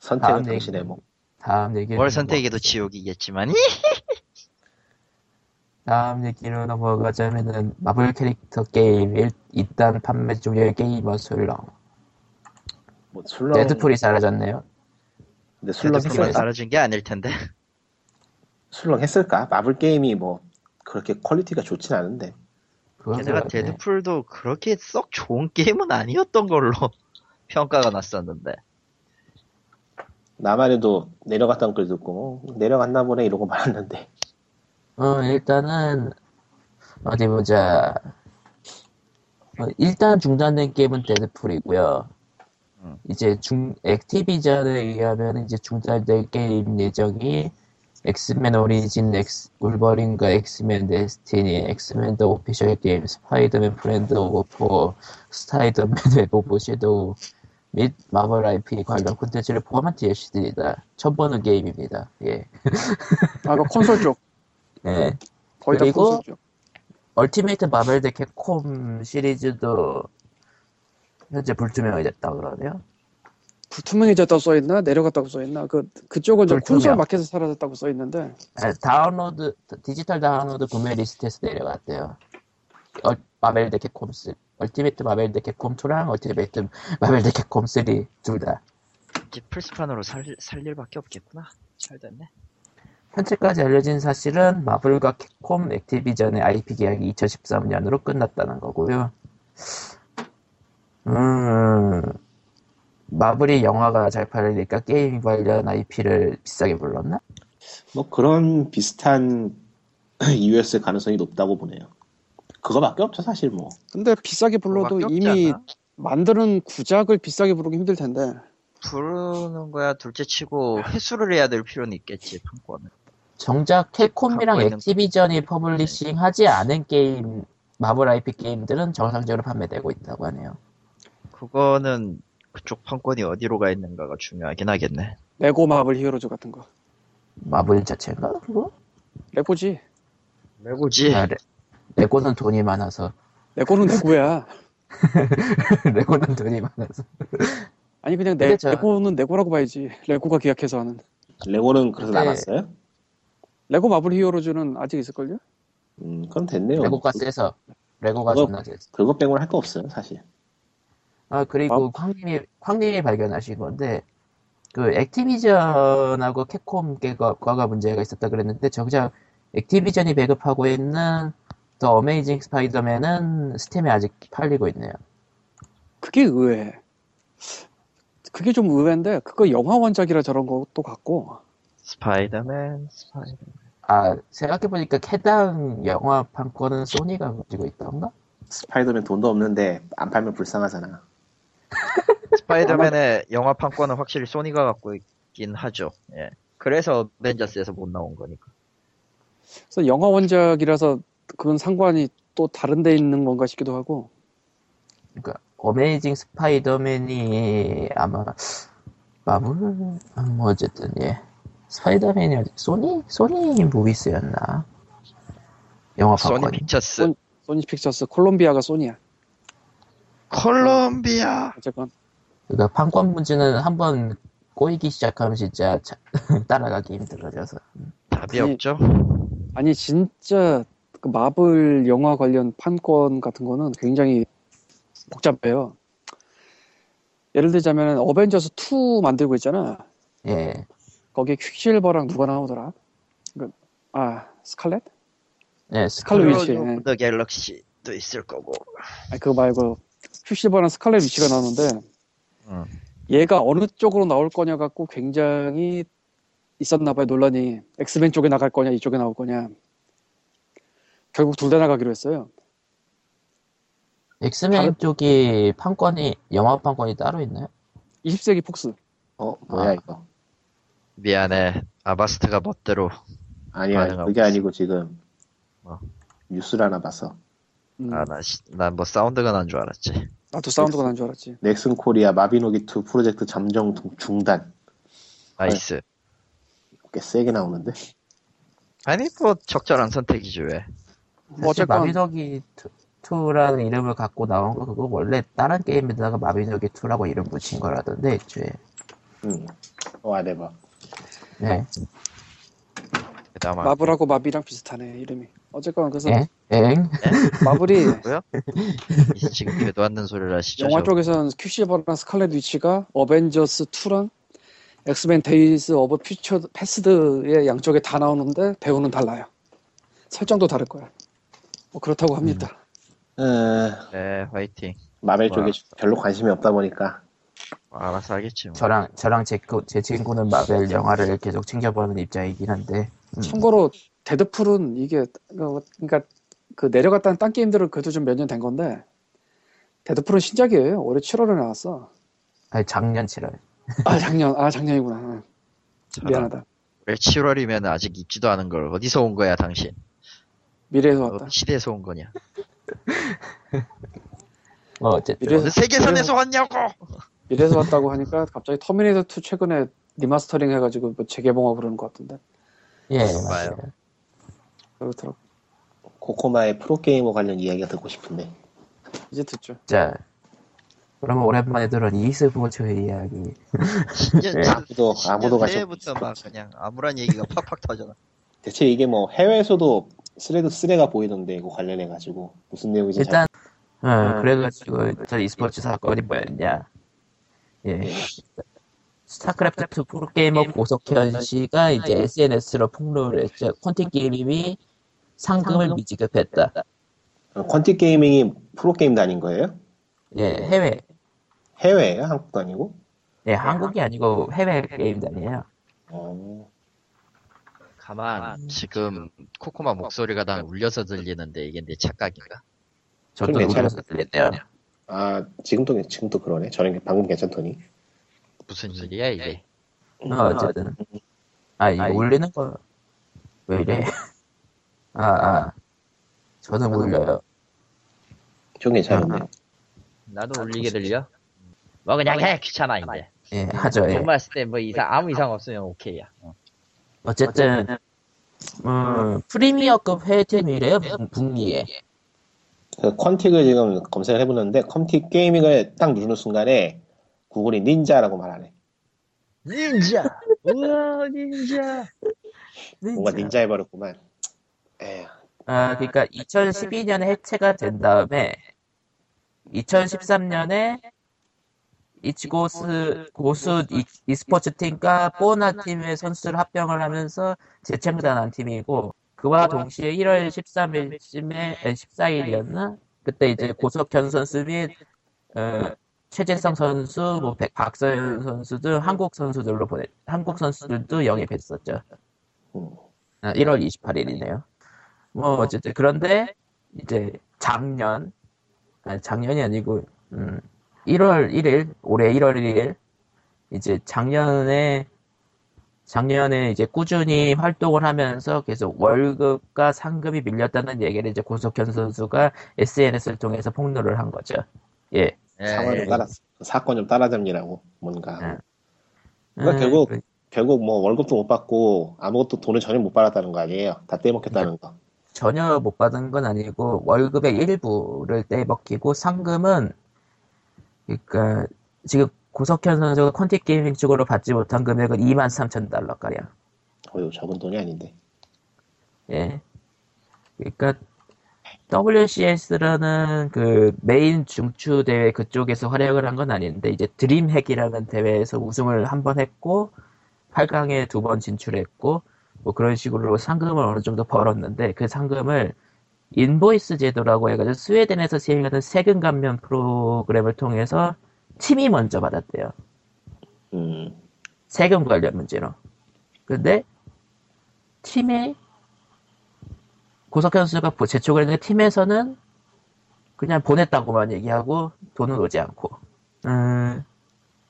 S3: 선택은
S1: 다음 얘기.
S3: 당신의 뭐, 목.
S1: 다음 얘기
S2: 뭘 선택해도 지옥이겠지만이.
S1: 다음 얘기로 넘어가자면은 마블 캐릭터 게임 일, 일단 판매 중의 게이머 술렁
S3: 뭐 술렁.
S1: 데드풀이 사라졌네요
S3: 근데 술렁
S2: 데드풀만
S3: 했을까?
S2: 사라진 게 아닐 텐데.
S3: 술렁 했을까? 마블 게임이 뭐 그렇게 퀄리티가 좋진 않은데.
S1: 그건
S2: 게다가
S1: 그렇네.
S2: 데드풀도 그렇게 썩 좋은 게임은 아니었던 걸로 평가가 났었는데.
S3: 나만 해도 내려갔다는 글 듣고 어, 내려갔나 보네 이러고 말았는데
S1: 어 일단은 어디 보자 어, 일단 중단된 게임은 데드풀이고요
S2: 음.
S1: 이제 중 액티비전에 의하면 이제 중단된 게임 예정이 엑스맨 오리진, 엑스, 울버린과 엑스맨 데스티니, 엑스맨 더 오피셜 게임, 스파이더맨 브랜드 오브 포, 스파이더맨 웹 오브 섀도우 및 마블 IP 관련 콘텐츠를 포함한 DLC들이다. 처음 보는 게임입니다. 예.
S4: 아, 그 콘솔 쪽.
S1: 예.
S4: 거의 다
S1: 그리고-
S4: 콘솔 쪽.
S1: 얼티메이트 마블 대 캡콤 시리즈도 현재 불투명해졌다 그러네요.
S4: 불투명해졌다고 써있나? 내려갔다고 써있나? 그, 그쪽은 이제
S1: 불투명.
S4: 콘솔 마켓에서 사라졌다고 써있는데,
S1: 아, 다운로드 디지털 다운로드 구매 리스트에서 내려갔대요. 어, 얼, 마벨 대 캡콤 3 얼티메이트 마벨 대 캡콤 2랑 얼티메이트 마벨 대 캡콤 3둘 다.
S2: 이제 플스판으로 살, 살 일밖에 없겠구나. 잘 됐네.
S1: 현재까지 알려진 사실은 마블과 캡콤 액티비전의 IP 계약이 2013년으로 끝났다는 거고요. 음, 마블이 영화가 잘 팔리니까 게임 관련 IP를 비싸게 불렀나?
S3: 뭐 그런 비슷한 이유였을 가능성이 높다고 보네요 그거밖에 없죠 사실 뭐
S4: 근데 비싸게 불러도
S2: 그거밖에 없지
S4: 이미
S2: 않나?
S4: 만드는 구작을 비싸게 부르기 힘들 텐데,
S2: 부르는 거야 둘째 치고 회수를 해야 될 필요는 있겠지 판권은.
S1: 정작 캡콤이랑
S2: 갖고 있는 네.
S1: 액티비전이 퍼블리싱 하지 않은 게임, 마블 IP 게임들은 정상적으로 판매되고 있다고 하네요.
S2: 그거는 그쪽 판권이 어디로 가 있는가가 중요하긴 하겠네.
S4: 레고 마블 히어로즈 같은 거.
S1: 마블 자체인가? 그거?
S4: 레고지.
S2: 레고지.
S1: 아, 레, 레고는 돈이 많아서.
S4: 레고는 레고야.
S1: 레고는 돈이 많아서.
S4: 아니, 그냥 내,
S1: 근데 저-
S4: 레고는 레고라고 봐야지. 레고가 계약해서 하는.
S3: 레고는 그래서
S1: 네.
S3: 남았어요?
S4: 레고 마블 히어로즈는 아직 있을걸요?
S3: 음 그럼
S2: 예,
S3: 됐네요
S1: 레고가 세서. 레고가
S3: 그거-
S1: 존나 세서.
S3: 그거 빼고는 할 거 없어요 사실
S1: 아,
S2: 어.
S1: 그리고 황님이, 황님이 발견하신 건데, 그, 액티비전하고 캡콤 과가 문제가 있었다 그랬는데, 정작 액티비전이 배급하고 있는 더 어메이징 스파이더맨은 스팀에 아직 팔리고 있네요.
S4: 그게 의외해. 그게 좀 의외인데, 그거 영화 원작이라 저런 것도 같고,
S2: 스파이더맨, 스파이더맨.
S1: 아 생각해보니까 캐당 영화판 거는 소니가 가지고 있던가?
S3: 스파이더맨 돈도 없는데 안 팔면 불쌍하잖아.
S2: 스파이더맨의 영화 판권은 확실히 소니가 갖고 있긴 하죠. 예. 그래서 어벤져스에서 못 나온 거니까.
S4: 그래서 영화 원작이라서 그건 상관이 또 다른 데 있는 건가 싶기도 하고
S1: 그러니까 어메이징 스파이더맨이 아마 마블 아, 뭐 어쨌든 예 스파이더맨이 어디- 소니 소니 무비스였나 영화
S2: 소니
S1: 봤거든.
S2: 픽처스.
S4: 소니- 소니 픽처스 콜롬비아가 소니야
S2: 콜롬비아.
S4: 어쨌건
S1: 그러니까 판권 문제는 한번 꼬이기 시작하면 진짜 자- 따라가기 힘들어져서
S2: 답이
S4: 아니,
S2: 없죠.
S4: 아니 진짜 그 마블 영화 관련 판권 같은 거는 굉장히 복잡해요 예를 들자면 어벤져스 2 만들고 있잖아
S1: 예
S4: 거기에 퀵실버랑 누가 나오더라 그- 아 스칼렛?
S1: 예,
S4: 칼로
S1: 스칼렛
S4: 위치.
S2: 콜로브 더뭐 갤럭시도 있을 거고.
S4: 아니 그거 말고 퀵실버랑 스칼렛 위치가 나오는데
S1: 어.
S2: 음.
S4: 얘가 어느 쪽으로 나올 거냐 갖고 굉장히 있었나 봐요 논란이 엑스맨 쪽에 나갈 거냐 이쪽에 나올 거냐 결국 둘 다 나가기로 했어요
S1: 엑스맨
S4: 다른-
S1: 쪽이 판권이 영화 판권이 따로 있나요?
S4: 20세기 폭스
S3: 어 뭐야
S1: 아.
S3: 이거?
S2: 미안해. 아바스트가 멋대로.
S3: 아니야
S2: 반응하고
S3: 그게
S2: 있어.
S3: 아니고 지금
S2: 뭐.
S3: 뉴스를 하나 봤어.
S4: 음,
S2: 아, 나, 난뭐 사운드가 난 줄 알았지.
S4: 나도
S1: 네.
S4: 사운드가 난 줄 알았지
S3: 넥슨 코리아 마비노기 2 프로젝트 잠정 동- 중단.
S2: 나이스.
S3: 꽤 세게 나오는데.
S2: 아니, 뭐, 적절한 선택이지, 왜.
S4: 뭐
S1: 사실
S4: 어쨌건
S1: 마비노기 2라는 이름을 갖고 나온 거 그거 원래 다른 게임에다가 마비노기 2라고 이름 붙인 거라던데 애초에
S3: 응. 와 대박.
S1: 네.
S2: 그나마.
S4: 마블하고 마비랑 비슷하네 이름이 어쨌건 그래서
S1: 엥? 엥?
S4: 마블이
S2: 이제 지금 되도 않는 소리를 하시죠.
S4: 영화
S2: 저거.
S4: 쪽에서는 큐시버랑 스칼렛 위치가 어벤져스 2랑 엑스맨 데이즈 오브 퓨처 패스드의 양쪽에 다 나오는데 배우는 달라요. 설정도 다를 거야. 뭐 그렇다고 합니다.
S2: 음,
S3: 에,
S2: 네, 화이팅.
S3: 마벨 쪽에
S2: 뭐야.
S3: 별로 관심이 없다 보니까
S2: 알아서 하겠지, 뭐.
S1: 저랑 저랑 제, 그- 제 친구는 마벨 영화를 계속 챙겨보는 입장이긴 한데 음.
S4: 참고로 데드풀은 이게 어, 그러니까 그 내려갔다는 딴 게임들은 그래도 좀 몇 년 된 건데 데드풀은 신작이에요. 올해 7월에 나왔어.
S1: 아니, 작년 7월
S4: 아 작년 아 작년이구나.
S2: 저런.
S4: 미안하다.
S2: 왜 7월이면 아직 입지도 않은 걸 어디서 온 거야, 당신?
S4: 미래에서
S2: 어,
S4: 왔다.
S2: 시대에서 온 거냐?
S1: 뭐 어쨌든
S4: 미래에서
S2: 어느 세계선에서 왔냐고!
S4: 이래서 왔다고 하니까 갑자기 터미네이터 2 최근에 리마스터링 해가지고 뭐 재개봉하고 그러는 것 같은데
S1: 예
S2: 봐요.
S1: 맞아요
S4: 그렇더라고
S3: 코코마의 프로게이머 관련 이야기가 듣고 싶은데.
S4: 이제 듣죠
S1: 자 그러면 오랜만에 들은 이스포츠의 이야기
S4: 네.
S2: 신년,
S3: 아무도- 아무도 가지
S2: 새해부터 막 그냥 아무런 얘기가 팍팍 터져나.
S3: 대체 이게 뭐 해외에서도 쓰레도 쓰레가 보이던데 이거 관련해 가지고 무슨 내용인지
S1: 일단 어,
S2: 음.
S1: 그래가지고 저 e스포츠 사건이 뭐였냐 예 스타크래프트 프로게이머 고석현 씨가 이제 SNS로 폭로를 했죠 콘텐츠 게임이 상금을 미지급했다
S3: 잘... 어, 퀀티 게이밍이 프로게임도 아닌 거예요?
S1: 예 해외
S3: 해외예요? 한국도 아니고?
S1: 예 한국이 아니고 해외 게임단이에요
S3: 어,
S2: 가만, 지금, 코코마 목소리가 난 울려서 들리는데 이게 내 착각인가?
S1: 저도
S3: 그럼 괜찮아요.
S1: 우려서 들렸네요
S3: 아 지금도 지금도 그러네. 저는 방금 괜찮더니.
S2: 무슨 네, 일이야, 이게?
S1: 어, 어쨌든. 아, 이거 울리는 거, 왜 이래? 아, 아. 저는 울려요.
S3: 좀 괜찮은데.
S2: 나도 울리게 들려? 뭐 그냥 해, 귀찮아, 이제.
S1: 예, 하죠, 예.
S2: 돈 봤을 때 뭐 이상, 아무 이상 없으면 오케이야. 어.
S1: 어쨌든, 음, 프리미어급 해외팀이래요, 북- 북미에.
S3: 그 퀀틱을 지금 검색을 해보는데 퀀틱 게이밍을 딱 누르는 순간에 구글이 닌자라고 말하네.
S2: 닌자! 우와, 닌자!
S3: 뭔가 닌자해버렸구만. 예. 에휴.
S1: 아, 그러니까 2012년에 해체가 된 다음에 2013년에 이치고스 고수 이- e스포츠 팀과 보나 팀의 선수를 합병을 하면서 재창단한 팀이고 그와 동시에 1월 13일쯤에 14일이었나 그때 이제 고석현 선수 및 어, 최재성 선수, 뭐 백- 박서현 선수 등 한국 선수들로 보내 한국 선수들도 영입했었죠.
S3: 음.
S1: 아, 1월 28일이네요. 뭐 어쨌든 그런데 이제 작년 아니, 작년이 아니고 음, 1월 1일 올해 1월 1일 이제 작년에 작년에 이제 꾸준히 활동을 하면서 계속 월급과 상금이 밀렸다는 얘기를 이제 고석현 선수가 SNS를 통해서 폭로를 한 거죠. 예.
S2: 예,
S3: 상황
S2: 예.
S3: 좀 따라 사건 좀 따라잡느라고 뭔가
S1: 네.
S3: 그러니까 결국
S1: 음,
S3: 결국 뭐 월급도 못 받고 아무것도 돈을 전혀 못 받았다는 거 아니에요? 다 떼먹겠다는 거.
S1: 전혀 못 받은 건 아니고 월급의 일부를 떼먹히고 상금은 그러니까 지금 고석현 선수가 콘티 게이밍 쪽으로 받지 못한 금액은 2만 3천 달러 가량.
S3: 어휴 적은 돈이 아닌데.
S1: 예. 그러니까 WCS라는 그 메인 중추 대회 그쪽에서 활약을 한 건 아닌데 이제 드림핵이라는 대회에서 우승을 한 번 했고 8강에 두 번 진출했고 뭐 그런 식으로 상금을 어느 정도 벌었는데 그 상금을 인보이스 제도라고 해가지고 스웨덴에서 시행하는 세금 감면 프로그램을 통해서 팀이 먼저 받았대요.
S3: 음.
S1: 세금 관련 문제로. 근데 팀에 고석현 선수가 보- 재촉을 했는데 팀에서는 그냥 보냈다고만 얘기하고 돈은 오지 않고. 음,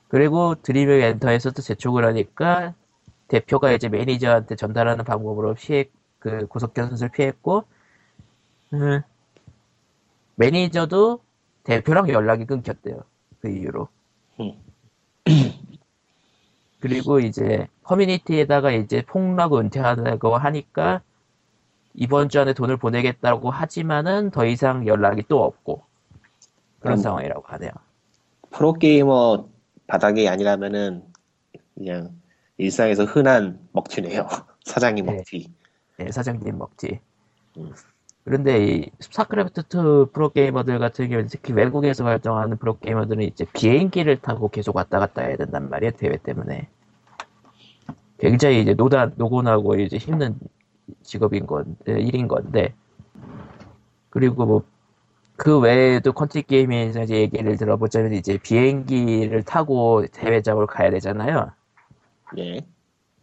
S1: 그리고 드림의 엔터에서도 재촉을 하니까 대표가 이제 매니저한테 전달하는 방법으로 피해 그 고석현 선수를 피했고 음, 매니저도 대표랑 연락이 끊겼대요 그 이후로. 그리고 이제 커뮤니티에다가 이제 폭로하고 은퇴하고 하니까 이번 주 안에 돈을 보내겠다고 하지만은 더 이상 연락이 또 없고 그런
S3: 음.
S1: 상황이라고 하네요.
S3: 프로게이머 바닥이 아니라면은 그냥 일상에서 흔한 먹튀네요. 사장님
S1: 네.
S3: 먹튀.
S1: 예, 사장님 먹지.
S3: 음.
S1: 그런데 이 스타크래프트2 프로게이머들 같은 경우는 특히 외국에서 활동하는 프로게이머들은 이제 비행기를 타고 계속 왔다 갔다 해야 된단 말이에요, 대회 때문에. 굉장히 이제 노다, 노곤하고 이제 힘든 직업인 건데, 일인 건데. 그리고 뭐, 그 외에도 컨트리 게임에서 이제 얘기를 들어보자면 이제 비행기를 타고 대회장으로 가야 되잖아요.
S3: 예.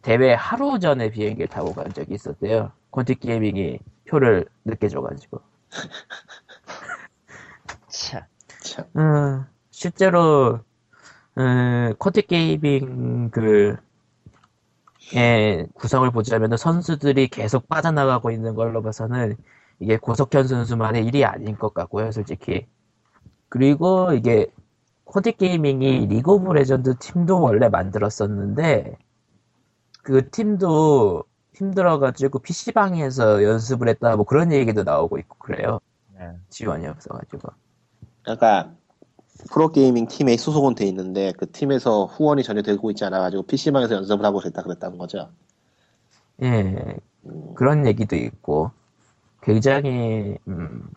S1: 대회 하루 전에 비행기를 타고 간 적이 있었대요. 콘티 게이밍이 표를 늦게 줘가지고.
S2: 참.
S3: 참.
S1: 음, 실제로, 음, 콘티 게이밍 그, 예, 구성을 보자면 선수들이 계속 빠져나가고 있는 걸로 봐서는 이게 고석현 선수만의 일이 아닌 것 같고요, 솔직히. 그리고 이게 콘티 게이밍이 리그 오브 레전드 팀도 원래 만들었었는데, 그 팀도 힘들어가지고 PC방에서 연습을 했다 뭐 그런 얘기도 나오고 있고 그래요.
S2: 네.
S1: 지원이 없어가지고.
S3: 그러니까 프로게이밍 팀에 소속은 돼 있는데 그 팀에서 후원이 전혀 되고 있지 않아가지고 PC방에서 연습을 하고 있다 그랬다는 거죠.
S1: 예,
S3: 음,
S1: 그런 얘기도 있고 굉장히 음,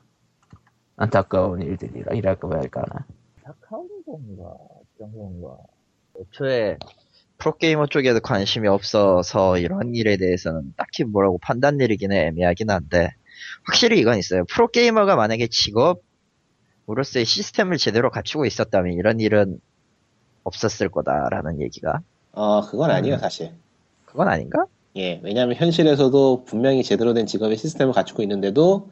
S1: 안타까운 일들이라 이랄까 할까나.
S2: 카운 건가 어떤 건가 애초에 프로게이머 쪽에도 관심이 없어서 이런 일에 대해서는 딱히 뭐라고 판단 내리기는 애매하긴 한데 확실히 이건 있어요 프로게이머가 만약에 직업으로서의 시스템을 제대로 갖추고 있었다면 이런 일은 없었을 거다라는 얘기가
S3: 어 그건 아니에요 사실.
S2: 그건 아닌가?
S3: 예, 왜냐하면 현실에서도 분명히 제대로 된 직업의 시스템을 갖추고 있는데도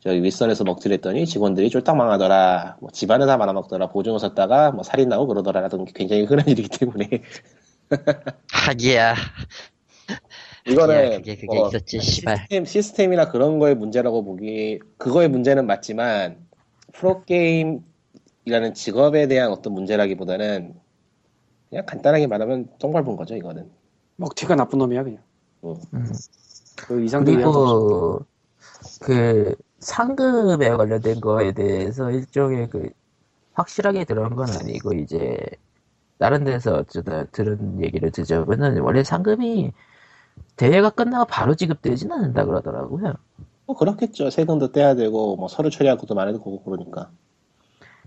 S3: 저기 윗선에서 먹튀를 했더니 직원들이 쫄딱 망하더라, 뭐 집안에서 말아먹더라, 보증을 썼다가 뭐 살인 나고 그러더라라던 게 굉장히 흔한 일이기 때문에
S2: 하기야
S3: 이거는
S2: 예,
S3: 뭐
S2: 그게- 그게 있었지, 씨발.
S3: 아, 시스템, 시스템이나 그런 거의 문제라고 보기 그거의 문제는 맞지만 프로게임이라는 직업에 대한 어떤 문제라기보다는 그냥 간단하게 말하면 똥밟은 거죠 이거는
S4: 먹튀가 나쁜 놈이야 그냥.
S1: 음.
S4: 그 이상들이 한
S1: 그리고 그 상금에 관련된 거에 대해서 일종의 그 확실하게 들은 건 아니고 이제 다른 데서 어쩌다 들은 얘기를 듣자면은 원래 상금이 대회가 끝나고 바로 지급되진 않는다 그러더라고요.
S3: 뭐 그렇겠죠 세금도 떼야 되고 뭐 서류 처리할 것도 많을 거고 그러니까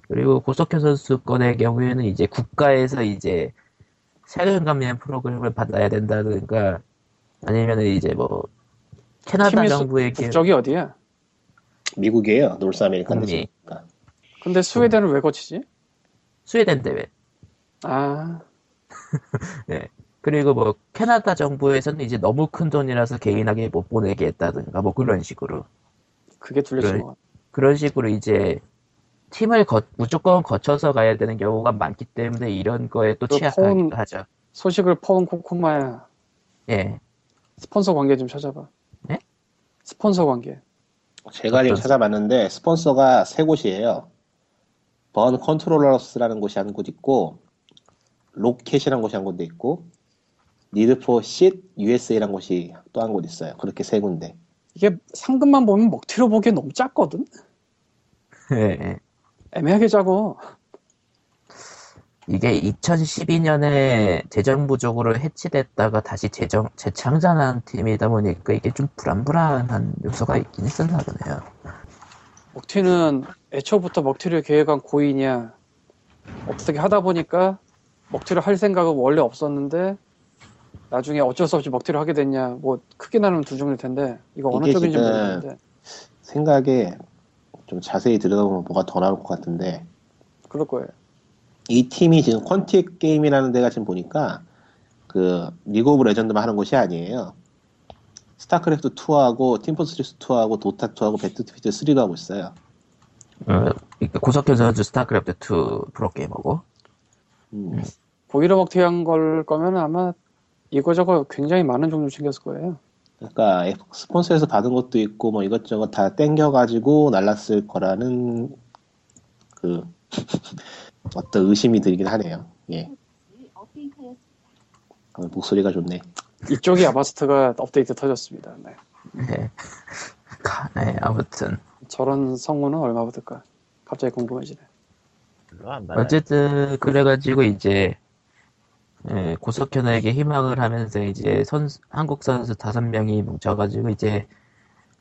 S1: 그리고 고석현 선수권의 경우에는 이제 국가에서 이제 세금 감면 프로그램을 받아야 된다든가 아니면은 이제 뭐 캐나다
S4: 팀에서
S1: 정부의 게-
S4: 국적이 어디야?
S3: 미국이에요 노스
S2: 음,
S3: 아메리칸
S2: 예.
S1: 북미.
S3: 대니까
S4: 근데 스웨덴을 왜 거치지?
S1: 스웨덴 대회
S4: 아,
S1: 그리고 뭐 캐나다 정부에서는 이제 너무 큰 돈이라서 개인하게 못 보내게 했다든가 뭐 그런 식으로
S4: 그게 둘레친
S1: 그래.
S4: 것 같아.
S1: 그런 식으로 이제 팀을 거- 무조건 거쳐서 가야 되는 경우가 많기 때문에 이런 거에 또
S4: 그
S1: 취약하기도
S4: 폰-
S1: 하죠.
S4: 소식을 퍼온 코코마야
S1: 예.
S4: 스폰서 관계 좀 찾아봐.
S1: 네?
S4: 스폰서 관계.
S3: 뭐 제가 지금
S1: 어떤-
S3: 찾아봤는데 스폰서가 세 곳이에요. 번 컨트롤러스라는 곳이 한 곳 있고 로켓이라는 곳이 한 군데 있고 니드포 쉿 USA라는 곳이 또 한 곳 있어요. 그렇게 세 군데.
S4: 이게 상금만 보면 먹튀로 보기엔 너무 작거든?
S1: 예.
S4: 애매하게 작어.
S1: 이게 2012년에 재정부적으로 해체됐다가 다시 재정 재창단한 팀이다 보니까 이게 좀 불안불안한 요소가 있긴 했었나 보네요.
S4: 먹튀는 애초부터 먹튀를 계획한 고의냐 어떻게 하다 보니까 먹튀를 할 생각은 원래 없었는데 나중에 어쩔 수 없이 먹튀를 하게 됐냐 뭐 크게 나누면 두 종일 텐데 이거 어느
S3: 이게
S4: 쪽인지
S3: 지금
S4: 모르겠는데
S3: 생각에 좀 자세히 들여다보면 뭐가 더 나올 것 같은데
S4: 그럴 거예요
S3: 이 팀이 지금 퀀틱 게임이라는 데가 지금 보니까 그 리그 오브 레전드만 하는 곳이 아니에요. 스타크래프트 2하고 팀포스트리스 2하고 도타 2하고 배틀피드 3도 하고 있어요.
S1: 어, 그러니까 고석현 선수 스타크래프트 2 프로게이머고
S3: 음.
S4: 고의로 먹튀한 걸 거면 아마 이거저거 굉장히 많은 종류 챙겼을 거예요
S3: 그러니까 스폰서에서 받은 것도 있고 뭐 이것저것 다 땡겨가지고 날랐을 거라는 그 어떤 의심이 들긴 하네요. 예. 어, 목소리가 좋네.
S4: 이쪽이 아바스트가 업데이트 터졌습니다 네.
S1: 예. 가- 예, 아무튼
S4: 저런 성우는 얼마 받을까 갑자기 궁금해지네
S2: 별로 안 받아요.
S1: 어쨌든 그래가지고 이제 예, 고석현에게 희망을 하면서 이제 선 한국 선수 다섯 명이 뭉쳐가지고 이제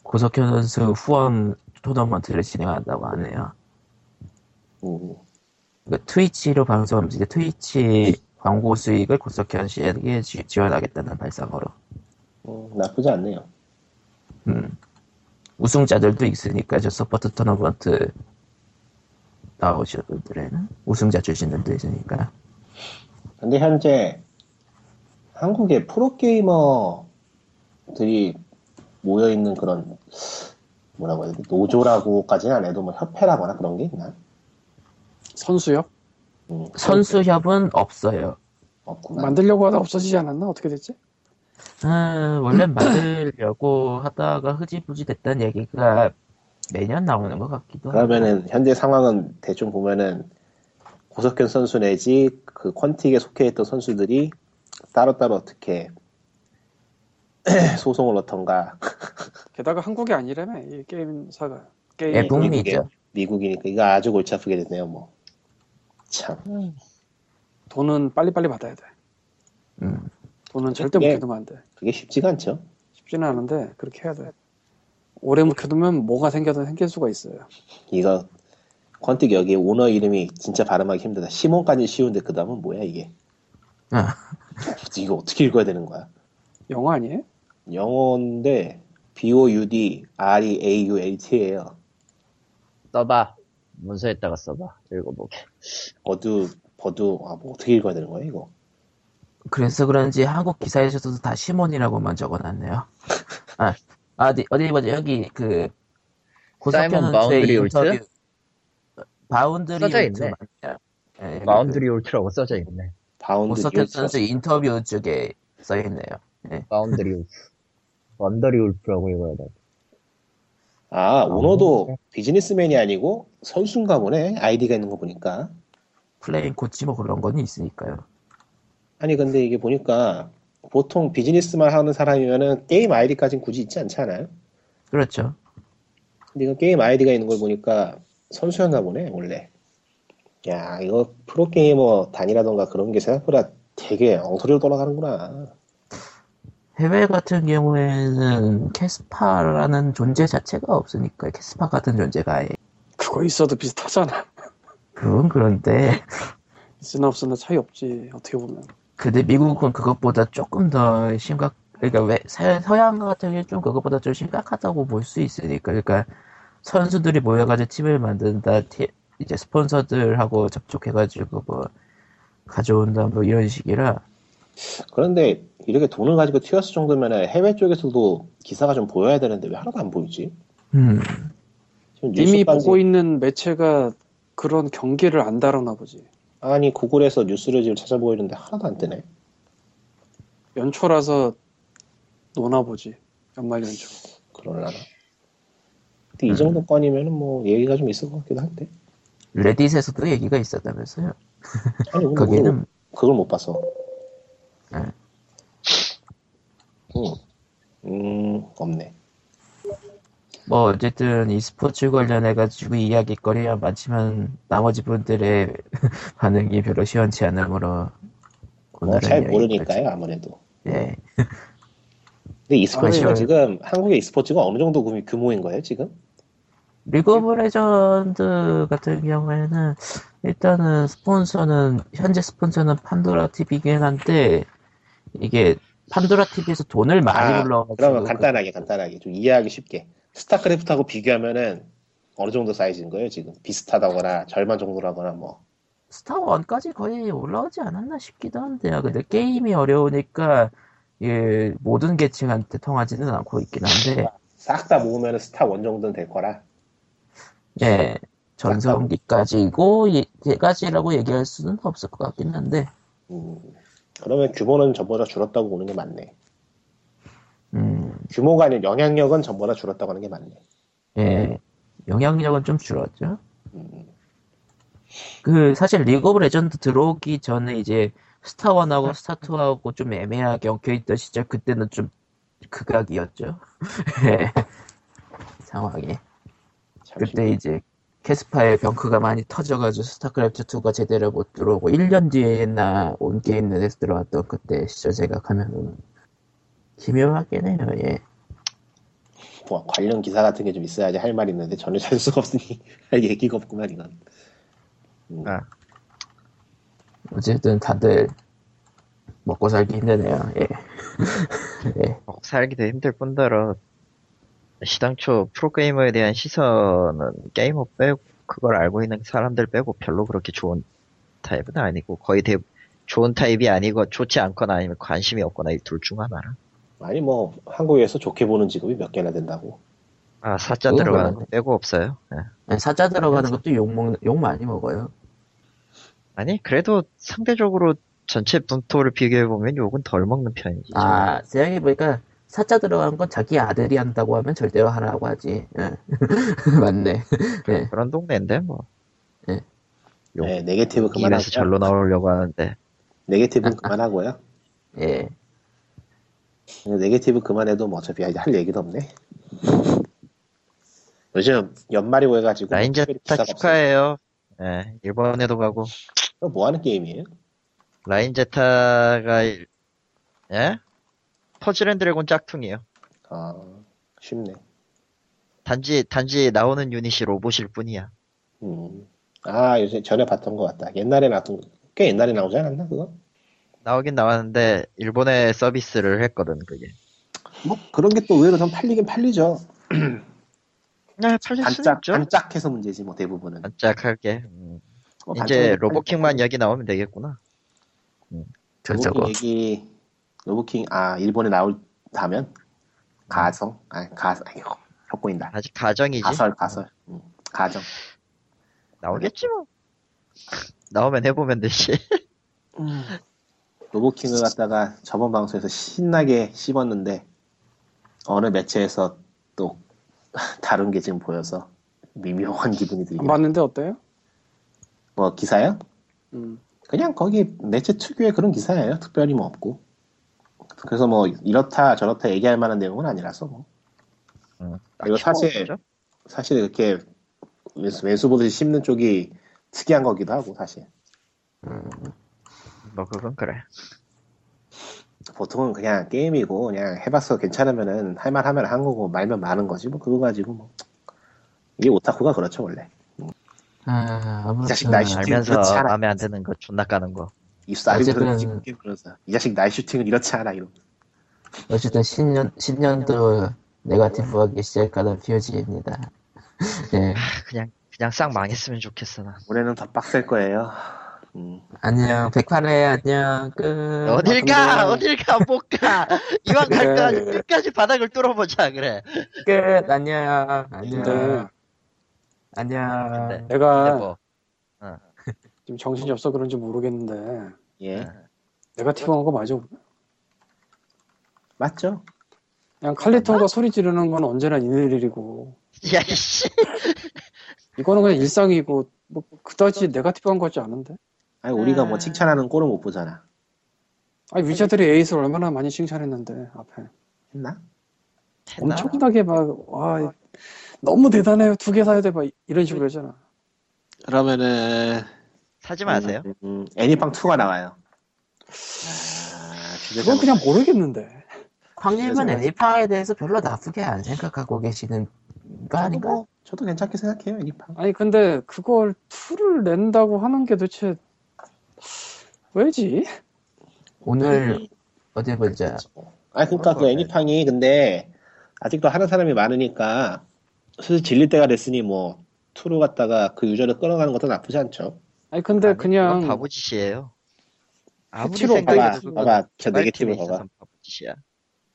S1: 고석현 선수 후원 토너먼트를 진행한다고 하네요.
S3: 음.
S1: 그 트위치로 방송하면서 이제 트위치 광고 수익을 고석현 씨에게 지- 지원하겠다는 발상으로
S3: 음, 나쁘지 않네요.
S1: 음. 우승자들도 있으니까 저 서포트 토너먼트 나오시는 분들에는 우승자 출신들도 있으니까
S3: 근데 현재 한국의 프로게이머들이 모여있는 그런 뭐라고 해야 되지? 노조라고까지는 안 해도 뭐 협회라거나 그런 게 있나?
S4: 선수요?
S3: 음,
S1: 선수협은 없어요.
S3: 없구나.
S4: 만들려고 하다 없어지지 않았나? 어떻게 됐지?
S1: 아, 원래 만들려고 하다가 흐지부지 됐다는 얘기가 매년 나오는 것 같기도 하고.
S3: 그러면은 현재 상황은 대충 보면은 고석현 선수 내지 그 퀀틱에 속해 있던 선수들이 따로따로 어떻게 소송을 넣던가
S4: 게다가 한국이 아니라며 이 게임사가 게임
S1: 예, 북미죠.
S3: 미국이니까 이거 아주 골치 아프게 됐네요 뭐. 참
S4: 돈은 빨리빨리 받아야 돼
S1: 음.
S4: 돈은 절대
S3: 예.
S4: 묵혀두면 안돼
S3: 그게 쉽지가 않죠.
S4: 쉽지는 않은데 그렇게 해야 돼 오래 묵혀두면 뭐가 생겨도 생길 수가 있어요
S3: 이거 퀀틱 여기 오너 이름이 진짜 발음하기 힘들다. 시몬까지 쉬운데 그 다음은 뭐야 이게?
S1: 아.
S3: 이거 어떻게 읽어야 되는 거야?
S4: 영어 아니에요?
S3: 영어인데 B O U D R E A U L T예요.
S2: 써봐. 문서에다가 써봐. 뭐 읽어보게.
S3: 버두 버두 아 뭐 어떻게 읽어야 되는 거야 이거?
S1: 그래서 그런지 한국 기사에서도 다 시몬이라고만 적어놨네요. 아, 아, 어디, 어디 보자. 여기 그 고석현
S2: 사이먼
S1: 선수의
S2: 바운드리 올트?
S1: 인터뷰 바운드리
S2: 써져
S1: 올트
S2: 있네.
S1: 맞네요. 예,
S2: 마운드리 올트라고 써져 있네.
S1: 그
S3: 바운드
S1: 고석현 선수 인터뷰 쪽에 써있네요.
S2: 마운드리 올트. 원더리 올트라고 읽어야 돼.
S3: 아 오너도 비즈니스맨이 아니고 선수인가 보네 아이디가 있는 거 보니까
S1: 플레인 코치 뭐 그런 건 있으니까요.
S3: 아니 근데 이게 보니까 보통 비즈니스만 하는 사람이면은 게임 아이디까지는 굳이 있지 않지 않아요?
S1: 그렇죠.
S3: 근데 이거 게임 아이디가 있는 걸 보니까 선수였나 보네 원래 야 이거 프로게이머 단이라던가 그런 게 생각보다 되게 엉터리로 돌아가는구나
S1: 해외 같은 경우에는 캐스파라는 존재 자체가 없으니까 캐스파 같은 존재가 아예
S4: 그거 있어도 비슷하잖아
S1: 그건 그런데
S4: 있으나 없으나 차이 없지 어떻게 보면
S1: 근데 미국은 그것보다 조금 더 심각 그러니까 왜 서- 서양 같은 게 좀 그것보다 좀 심각하다고 볼 수 있으니까 그러니까 선수들이 모여가지고 팀을 만든다 티- 이제 스폰서들하고 접촉해가지고 뭐 가져온다 뭐 이런 식이라
S3: 그런데 이렇게 돈을 가지고 튀었을 정도면 해외 쪽에서도 기사가 좀 보여야 되는데 왜 하나도 안 보이지?
S1: 음.
S3: 지금 뉴스
S4: 이미
S3: 방송-
S4: 보고 있는 매체가 그런 경기를 안 다루나 보지.
S3: 아니 구글에서 뉴스를 지금 찾아보이는데 하나도 안 뜨네.
S4: 연초라서 노나 보지. 연말 연초.
S3: 그럴라나. 근데
S1: 음.
S3: 이 정도 건이면은 뭐 얘기가 좀 있을 것 같기도 한데.
S1: 레딧에서도 얘기가 있었다면서요.
S3: 아니 근데
S1: 거기는
S3: 그걸 못 봐서.
S1: 네.
S3: 음. 음, 없네.
S1: 뭐 어쨌든 e스포츠 관련해가지고 이야기거리가 많지만 나머지 분들의 반응이 별로 시원치 않으므로
S3: 뭐, 잘
S1: 여기까지.
S3: 모르니까요, 아무래도.
S1: 예.
S3: 근데 e스포츠가
S1: 아니요.
S3: 지금 한국의 e스포츠가 어느 정도 규모- 규모인 거예요, 지금?
S1: 리그 오브 레전드 같은 경우에는 일단은 스폰서는 현재 스폰서는 판도라 TV긴 한데 이게 판도라 TV에서 돈을 많이
S3: 아,
S1: 불러가지고
S3: 그러면
S1: 그-
S3: 간단하게 간단하게 좀 이해하기 쉽게 스타크래프트하고 비교하면은 어느 정도 사이즈인 거예요 지금 비슷하다거나 절반 정도라거나 뭐
S1: 그 스타1까지 거의 올라오지 않았나 싶기도 한데요. 근데 게임이 어려우니까 예, 모든 계층한테 통하지는 않고 있긴 한데
S3: 싹 다 모으면은 스타 원 정도는 될 거라
S1: 예, 전성기까지고 예, 얘까지라고 얘기할 수는 없을 것 같긴 한데
S3: 음, 그러면 규모는 전보다 줄었다고 보는 게 맞네
S1: 음,
S3: 규모가 아닌 영향력은 전보다 줄었다고 하는 게 맞네
S1: 예, 영향력은 좀 줄었죠.
S3: 음,
S1: 그 사실 리그 오브 레전드 들어오기 전에 이제 스타원하고 스타투하고 좀 애매하게 엉켜있던 시절 그때는 좀 극악이었죠. 예. 상황이.
S3: 잠시
S1: 그때 이제 캐스파의 병크가 많이 터져가지고 스타크래프트 2가 제대로 못 들어오고 1년 뒤에나 온 게임넷에서 들어왔던 그때 시절 생각하면은 기묘하긴 해요. 예.
S3: 뭐 관련 기사 같은 게 좀 있어야지 할 말이 있는데 전혀 찾을 수가 없으니 할 얘기가 없구만 이건
S1: 어쨌든 다들 먹고 살기 힘드네요. 예.
S2: 먹고 어, 살기도 힘들 뿐더러 시당초 프로게이머에 대한 시선은 게이머 빼고 그걸 알고 있는 사람들 빼고 별로 그렇게 좋은 타입은 아니고 거의 대 좋은 타입이 아니고 좋지 않거나 아니면 관심이 없거나 이 둘 중 하나라.
S3: 아니 뭐 한국에서 좋게 보는 직업이 몇 개나 된다고
S2: 아 사자
S1: 그건
S2: 들어가는
S1: 그러네.
S2: 거 빼고 없어요. 예.
S1: 아니, 사자 들어가는 것도 욕 먹는 욕 많이 먹어요.
S2: 아니 그래도 상대적으로 전체 분토를 비교해 보면 욕은 덜 먹는 편이지.
S3: 네.
S1: 아 생각해 보니까 사자 들어가는 건 자기 아들이 한다고 하면 절대로 하라고 하지. 예. 맞네. 예.
S2: 그런 동네인데 뭐 욕.
S3: 네, 네게티브
S2: 입에서
S3: 그만하고요
S2: 절로 아, 나오려고 하는데
S3: 네게티브는 그만하고요
S1: 예.
S3: 네게티브 그만해도 뭐 어차피 할 얘기도 없네. 요즘 연말이 오해가지고 특별히
S2: 라인제타
S3: 기사가
S2: 축하해요. 예, 일본에도 가고
S3: 없어요. 이거 뭐 하는 게임이에요?
S2: 라인제타가 일- 예? 퍼즐앤드래곤 짝퉁이에요.
S3: 아 쉽네.
S2: 단지 단지 나오는 유닛이 로봇일 뿐이야.
S3: 음. 아 요새 전에 봤던 것 같다. 옛날에 나왔던 꽤 옛날에 나오지 않았나 그거?
S2: 나오긴 나왔는데 일본에 서비스를 했거든 그게.
S3: 뭐 그런 게 또 의외로 좀 팔리긴 팔리죠.
S2: 네, 팔릴 수는
S3: 반짝
S2: 있죠.
S3: 반짝해서 문제지 뭐 대부분은.
S2: 반짝하게. 음.
S3: 뭐
S2: 이제
S3: 반짝이도
S2: 로봇킹만
S3: 팔리고.
S2: 여기 나오면 되겠구나.
S1: 저거.
S3: 로봇킹 얘기 로봇킹 아 일본에 나올다면 가성 아가 아니 헛보인다.
S2: 아직 가정이지.
S3: 가설 가설 음, 가정.
S2: 나오겠지 뭐. 나오면 해보면 되지.
S4: 음.
S3: 로보킹을 갖다가 저번 방송에서 신나게 씹었는데 어느 매체에서 또 다른 게 지금 보여서 미묘한 기분이
S4: 안
S3: 들고
S4: 봤는데 어때요?
S3: 뭐 기사요?
S4: 음.
S3: 그냥 거기 매체 특유의 그런 기사예요 특별히 뭐 없고 그래서 뭐 이렇다 저렇다 얘기할 만한 내용은 아니라서 뭐
S2: 음,
S3: 아, 이거 사실-
S2: 딱히 뭐 없죠?
S3: 사실 이렇게 왼수, 왼수 보듯이 씹는 쪽이 특이한 거기도 하고 사실
S1: 음.
S2: 뭐 그건 그래.
S3: 보통은 그냥 게임이고 그냥 해봤어 괜찮으면은 할만하면 한 거고 말면 많은 거지 뭐 그거 가지고 뭐 이게 오타쿠가 그렇죠 원래
S1: 아, 아무튼
S3: 자식 날씨 아,
S2: 알면서
S3: 그렇지 않아.
S2: 마음에 안 드는 거 존나 까는 거.
S3: 이 쌀이
S1: 어쨌든-
S3: 그런 그러면서 이 자식 날 슈팅은 이렇지 않아 이런
S1: 어쨌든 신년 신년도 네가티브하기 시작하던 POG입니다. 예.
S2: 그냥 그냥 싹 망했으면 좋겠어 나.
S3: 올해는 더 빡셀 거예요 음.
S1: 안녕, 108회 안녕, 끝.
S4: 음,
S2: 어딜
S4: 아,
S2: 가! 어딜 가! 못 가! 이왕 갈
S4: 그래.
S2: 거야 끝까지 바닥을 뚫어보자 그래
S1: 끝, 안녕, 안녕,
S3: 네.
S4: 근데 아.
S1: 안녕.
S2: 근데- 근데
S4: 내가
S2: 뭐
S4: 지금 정신이 없어 그런지 모르겠는데
S3: 예.
S4: 내가 팀한 거 맞아?
S3: 맞죠?
S4: 그냥 칼리토가 소리 지르는 건 언제나 있는 일이고
S2: 야이씨
S4: 이거는 그냥 일상이고 뭐 그다지 네가티브한 거 같지 않은데?
S3: 아니 우리가
S1: 음.
S3: 뭐 칭찬하는 꼴은 못 보잖아.
S4: 아니 위자들이 에이스를 얼마나 많이 칭찬했는데 앞에
S3: 했나?
S2: 됐나?
S4: 엄청나게 막와 너무 대단해요 두 개 사야 돼 막 이런 식으로 했잖아
S5: 그러면은
S2: 사지 마세요
S3: 음, 음, 애니팡 2가 나와요.
S2: 아,
S4: 그건 그냥 모르겠는데
S1: 광님은
S3: 그래서-
S1: 애니팡에 대해서 별로 나쁘게 안 생각하고 계시는 거
S3: 아니
S1: 아닌가?
S3: 뭐 저도 괜찮게 생각해요 애니팡.
S4: 아니 근데 그걸 툴을 낸다고 하는 게 도대체 왜지?
S3: 네.
S1: 오늘, 어디 보자.
S3: 아 그러니까 그 애니팡이 근데 아직도 하는 사람이 많으니까 슬슬 질릴 때가 됐으니 뭐 투로 갔다가 그 유저를 끌어가는 것도 나쁘지 않죠.
S4: 아니 근데
S2: 아니,
S4: 그냥
S2: 그건 바보짓이에요 아무리
S4: 패치로
S3: 봐봐,
S2: 생각해도 그건
S3: 봐봐, 저
S2: 빨팀에
S3: 네게티브 봐봐.
S2: 있어서는 바보짓이야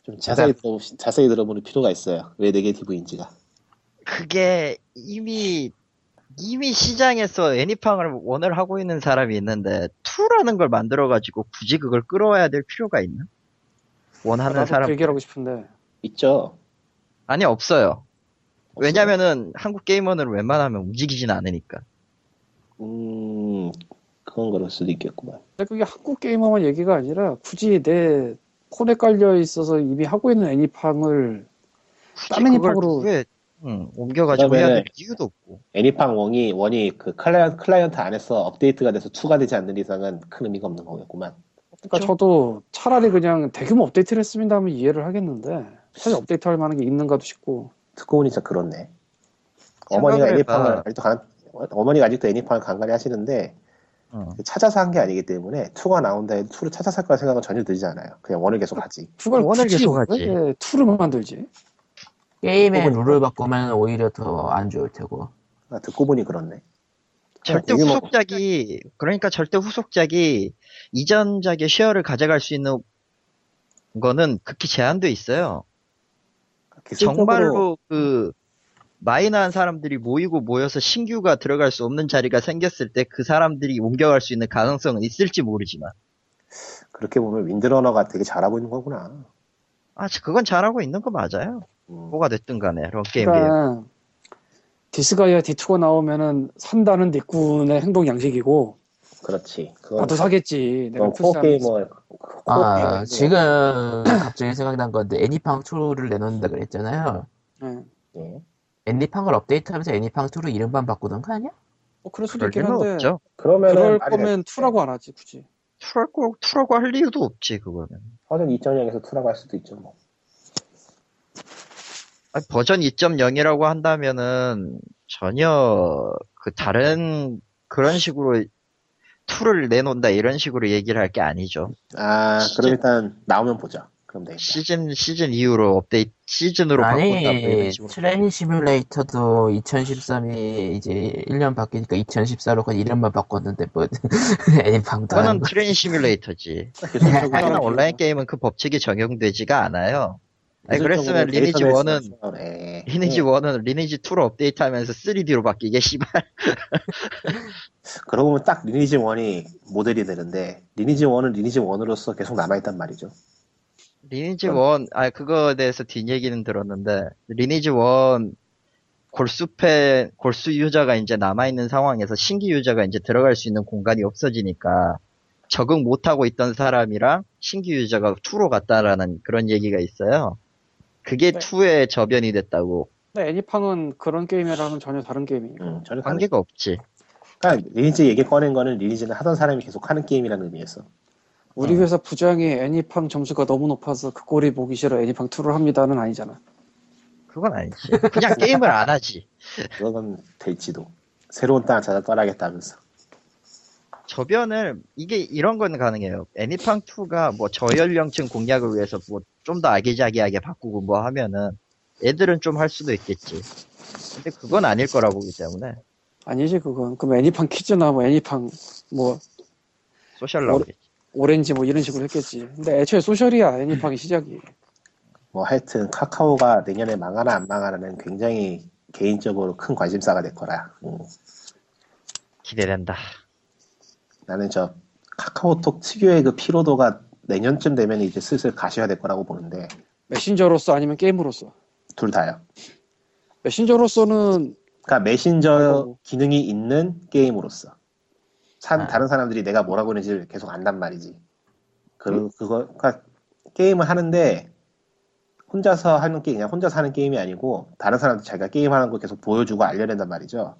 S3: 좀 자세히 들어 자세히 들어보는 필요가 있어요. 왜 네게티브인지가.
S2: 그게 이미 이미 시장에서 애니팡을 원을 하고 있는 사람이 있는데 투라는 걸 만들어가지고 굳이 그걸 끌어와야 될 필요가 있나? 원하는
S4: 나도
S2: 사람
S4: 그 얘기를 하고 싶은데
S3: 있죠.
S2: 아니 없어요. 왜냐면은 한국 게이머는 웬만하면 움직이진 않으니까.
S3: 음 그건 그럴 수도 있겠구만.
S4: 근데 그게 한국 게이머만 얘기가 아니라 굳이 내 폰에 깔려 있어서 이미 하고 있는 애니팡을 다른
S2: 굳이 그걸
S4: 애니팡으로-
S2: 왜 응, 옮겨가지고 해야 될
S3: 그다음에-
S2: 이유도 없고.
S3: 애니팡 원이 원이 그 클라이언트, 클라이언트 안에서 업데이트가 돼서 추가 되지 않는 이상은 큰 의미가 없는 거겠구만.
S4: 그러니까 저도 차라리 그냥 대규모 업데이트를 했습니다 하면 이해를 하겠는데 사실 업데이트 할 만한 게 있는가도 싶고
S3: 듣고 보니까 그렇네. 어머니가
S2: 생각을 해봐.
S3: 애니팡을 아직도 간, 어머니가 아직도 애니팡을 간간히 하시는데 그
S2: 응.
S3: 찾아서 한 게 아니기 때문에 2가 나온다 해도 2를 찾아서 할 거라 생각은 전혀 들지 않아요. 그냥 원을 계속 하지.
S4: 그걸
S2: 원을
S4: 굳이
S2: 계속 하지.
S4: 왜 툴을 만들지?
S1: 게임의
S3: 보고 있다.
S1: 룰을 바꾸면 오히려 더 안 좋을 테고.
S3: 아, 듣고 보니 그렇네.
S2: 절대
S3: 이게 뭐-
S2: 후속작이 그러니까 절대 후속작이 이전작의 쉐어를 가져갈 수 있는 거는 극히 제한돼 있어요.
S3: 그러니까 기술적으로
S2: 정말로 그 마이너한 사람들이 모이고 모여서 신규가 들어갈 수 없는 자리가 생겼을 때 그 사람들이 옮겨갈 수 있는 가능성은 있을지 모르지만
S3: 그렇게 보면 윈드러너가 되게 잘하고 있는 거구나.
S2: 아 그건 잘하고 있는 거 맞아요.
S3: 음,
S2: 뭐가 됐든 간에 런게임이
S4: 그러니까 디스가이아 D2가 나오면은 산다는 니꾼의 행동 양식이고
S3: 그렇지. 그건,
S4: 나도 사겠지 내가
S3: 그건 코어
S4: 풀세하면
S3: 게이머 어, 예,
S1: 아, 지금 갑자기 생각난 건데, 애니팡 2를 내놓는다 그랬잖아요.
S4: 네.
S3: 예.
S1: 애니팡을 업데이트하면서 애니팡 2로 이름만 바꾸던 거 아니야?
S4: 뭐 그럴 수도
S2: 그럴
S4: 있긴
S2: 리는
S4: 한데
S2: 없죠.
S3: 그러면은
S4: 그럴
S3: 말이
S4: 거면
S3: 네.
S4: 툴하고 안 하지 굳이
S2: 투라고 투라고 할 이유도 없지 그거는.
S3: 버전 2.0에서 2라고 할 수도 있죠. 뭐.
S2: 아니, 버전 2.0이라고 한다면은 전혀 그 다른 그런 식으로 툴을 내놓는다 이런 식으로 얘기를 할 게 아니죠.
S3: 아 그럼 일단 나오면 보자. 그럼 되겠다.
S2: 시즌 시즌 이후로 업데이트 시즌으로 바꾼다 뭐 이런
S1: 아니,
S2: 식으로.
S1: 트레인 시뮬레이터도 2013이 이제 1년 바뀌니까 2014로 그냥 이름만 바꿨는데, 뭐, 애니팡도
S2: 그거는
S1: 안
S2: 트레인 시뮬레이터지.
S3: 기술적으로
S2: 하지만 온라인 게임은 그 법칙이 적용되지가 않아요. 아니,
S3: 기술적으로
S2: 그랬으면 리니지
S3: 뭐 데이터베이스가
S2: 1은
S3: 있으면, 예.
S2: 리니지 1은 리니지 2로 업데이트하면서 3D로 바뀌게 씨발.
S3: 그러고 보면 딱 리니지 1이 모델이 되는데 리니지 1은 리니지 1으로서 계속 남아있단 말이죠.
S2: 리니지 1, 아, 그거에 대해서 뒷얘기는 들었는데, 리니지 1 골수패, 골수 유저가 이제 남아있는 상황에서 신규 유저가 이제 들어갈 수 있는 공간이 없어지니까, 적응 못하고 있던 사람이랑 신규 유저가 2로 갔다라는 그런 얘기가 있어요. 그게
S4: 네.
S2: 2의 저변이 됐다고.
S4: 근데 애니팡은 그런 게임이랑은 전혀 다른 게임이에요
S3: 음, 전혀 다르-
S2: 관계가 없지.
S3: 그러니까 리니지 얘기 꺼낸 거는 리니지는 하던 사람이 계속 하는 게임이라는 의미에서
S1: 어.
S4: 우리 회사 부장이 애니팡 점수가 너무 높아서 그 꼴이 보기 싫어 애니팡 2를 합니다는 아니잖아
S2: 그건 아니지. 그냥 게임을 안 하지.
S3: 그건 될지도 새로운 땅을 찾아 떠나겠다면서
S2: 저변을 이게 이런 건 가능해요. 애니팡 2가 뭐 저연령층 공략을 위해서 뭐 좀 더 아기자기하게 바꾸고 뭐 하면은 애들은 좀 할 수도 있겠지. 근데 그건 아닐 거라 보기 때문에
S4: 아니지 그건 그럼 애니팡 키즈나 뭐 애니팡 뭐
S2: 소셜 나오겠지.
S4: 오렌지 뭐 이런 식으로 했겠지. 근데 애초에 소셜이야
S1: 음.
S4: 애니팡이 시작이.
S3: 뭐 하여튼 카카오가 내년에 망하나 안 망하나는 굉장히 개인적으로 큰 관심사가 될 거라. 음.
S2: 기대된다.
S3: 나는 저 카카오톡 특유의 그 피로도가 내년쯤 되면 이제 슬슬 가셔야 될 거라고 보는데
S4: 메신저로서 아니면 게임으로서.
S3: 둘 다요.
S4: 메신저로서는
S3: 그러니까 메신저
S1: 어.
S4: 아이고.
S3: 기능이 있는 게임으로서 산-
S2: 아.
S3: 다른 사람들이 내가 뭐라고 하는지를 계속 안단 말이지. 그
S1: 음.
S3: 그거 그러니까 게임을 하는데 혼자서 하는 게 그냥 혼자서 하는 게임이 아니고 다른 사람들 자기가 게임하는 거 계속 보여주고 알려낸단 말이죠.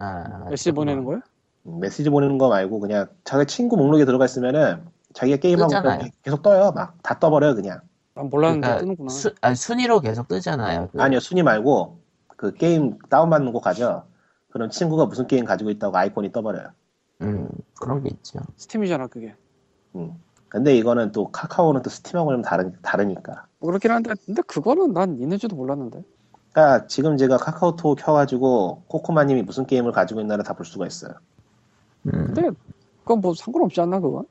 S1: 아,
S4: 메시지 보내는 거야?
S3: 음, 메시지 보내는 거 말고 그냥 자기 친구 목록에 들어가 있으면은 자기가 게임하고
S1: 뜨잖아요.
S3: 있는 게 계속 떠요. 막 다 떠버려요 그냥.
S4: 난 몰랐는데
S1: 그러니까
S4: 뜨는구나.
S1: 수, 아니, 순위로 계속 뜨잖아요.
S2: 네.
S1: 그,
S3: 아니요 순위 말고 그 게임 다운받는 거 가죠. 그럼 친구가 무슨 게임 가지고 있다고 아이콘이 떠버려요.
S1: 음, 그런 게 있죠.
S4: 스팀이잖아 그게.
S3: 음. 근데 이거는 또 카카오는 또 스팀하고는 다른 다르니까.
S4: 뭐 그렇긴 한데 근데 그거는 난 있는지도 몰랐는데.
S3: 그러니까 지금 제가 카카오톡 켜가지고 코코마님이 무슨 게임을 가지고 있나를 다 볼 수가 있어요.
S1: 음,
S4: 근데 그건 뭐 상관없지 않나 그건?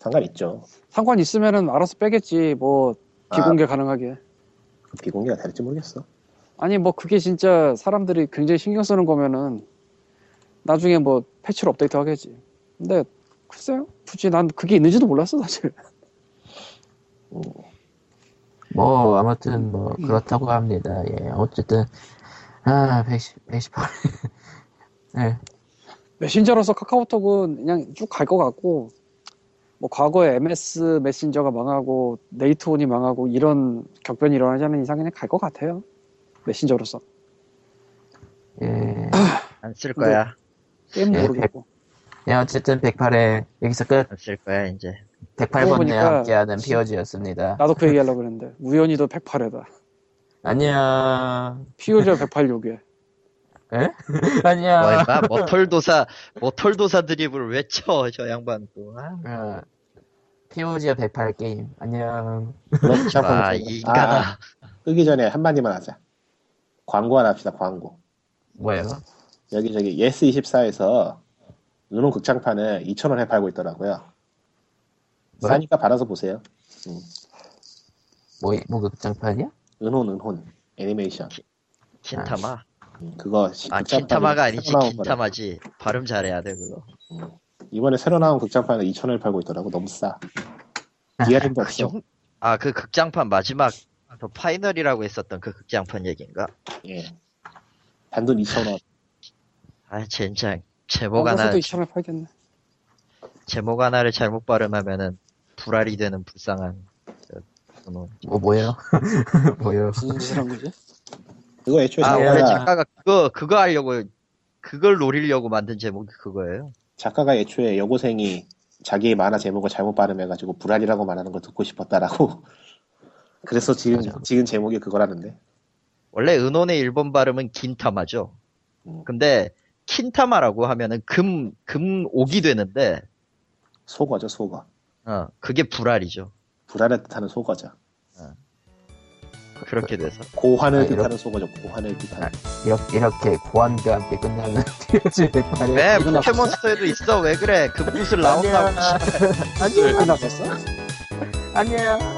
S3: 상관 있죠.
S4: 상관 있으면은 알아서 빼겠지 뭐
S1: 아.
S4: 비공개 가능하게.
S3: 비공개가 될지 모르겠어.
S4: 아니 뭐 그게 진짜 사람들이 굉장히 신경 쓰는 거면은 나중에 뭐 패치로 업데이트 하겠지. 근데 글쎄요, 굳이 난 그게 있는지도 몰랐어 사실.
S1: 뭐, 아무튼, 뭐, 그렇다고 합니다. 예, 어쨌든, 아, 110, 118. 네,
S4: 메신저로서 카카오톡은 그냥 쭉 갈 것 같고 뭐 과거에 MS 메신저가 망하고 네이트온이 망하고 이런 격변이 일어나지 않는 이상 그냥 갈 것 같아요. 메신저로서
S1: 예.
S2: 안 쓸 거야.
S4: 게임
S1: 네,
S4: 모르겠고
S1: 예, 어쨌든 108에, 여기서 끝.
S2: 안 쓸 거야 이제.
S1: 108번에
S4: 네, 보니까
S1: 함께하는 POG였습니다.
S4: 나도 그 얘기하려고 그랬는데 우연히도 108회다.
S1: 안녕.
S4: 피오저 186에
S1: 안녕.
S2: 뭐야? 머털도사 머털도사 드립을 외쳐 저 양반 또. 아,
S1: 어, POG 108 게임. 안녕.
S2: 아, 이 인간아.
S3: 끄기 전에 한마디만 하자. 광고 하나 합시다. 광고.
S1: 뭐예요?
S3: 여기 저기 예스24에서 눈온 극장판을 2,000원에 팔고 있더라고요.
S1: 뭐요?
S3: 싸니까 받아서 보세요.
S1: 뭐, 뭐 극장판이야?
S3: 은혼 은혼 애니메이션
S2: 킨타마.
S3: 음, 그거 시-
S2: 아
S3: 극장판이
S2: 킨타마가
S3: 새로
S2: 아니지
S3: 나온 거라.
S2: 킨타마지. 발음 잘해야 돼 그거.
S3: 이번에 새로 나온 극장판은 2,000원에 팔고 있더라고 너무 싸
S2: 그
S3: DRM도 없어
S2: 정- 아, 그 극장판 마지막 그 파이널이라고 했었던 그 극장판 얘기인가?
S3: 예. 단돈 2,000원
S2: 아, 진짜 제목 하나
S4: 광고에서도 2천을 팔겠네.
S2: 제목 하나를 잘못 발음하면은 불알이 되는 불쌍한 그, 그놈.
S1: 뭐, 뭐예요? 뭐예요?
S4: 무슨 짓을 한 거지?
S3: 그거 애초에
S2: 아,
S1: 예.
S2: 원래
S3: 작가가,
S2: 작가가 그거 그거 하려고 그걸 노리려고 만든 제목이 그거예요.
S3: 작가가 애초에 여고생이 자기의 만화 제목을 잘못 발음해가지고 불알이라고 말하는 걸 듣고 싶었다라고 그래서 지금
S1: 맞아.
S3: 지금 제목이 그거라는데
S2: 원래 은혼의 일본 발음은 긴타마죠.
S3: 음.
S2: 근데 킨타마라고 하면은 금 금옥이 되는데
S3: 속어죠 속어
S2: 어, 그게 불알이죠.
S3: 불알을 뜻하는 속어죠
S2: 그렇게 돼서
S3: 고환을
S1: 아,
S3: 뜻하는
S1: 이렇게-
S3: 속어죠 고환을 뜻하는
S1: 이렇게, 이렇게 고안과 함께 끝나는 POG 108의
S2: 왜 포켓몬스터에도 그 있어 왜 그래 금붓을 나온다고
S1: 안녕.
S4: 끝났었어?
S1: 안녕.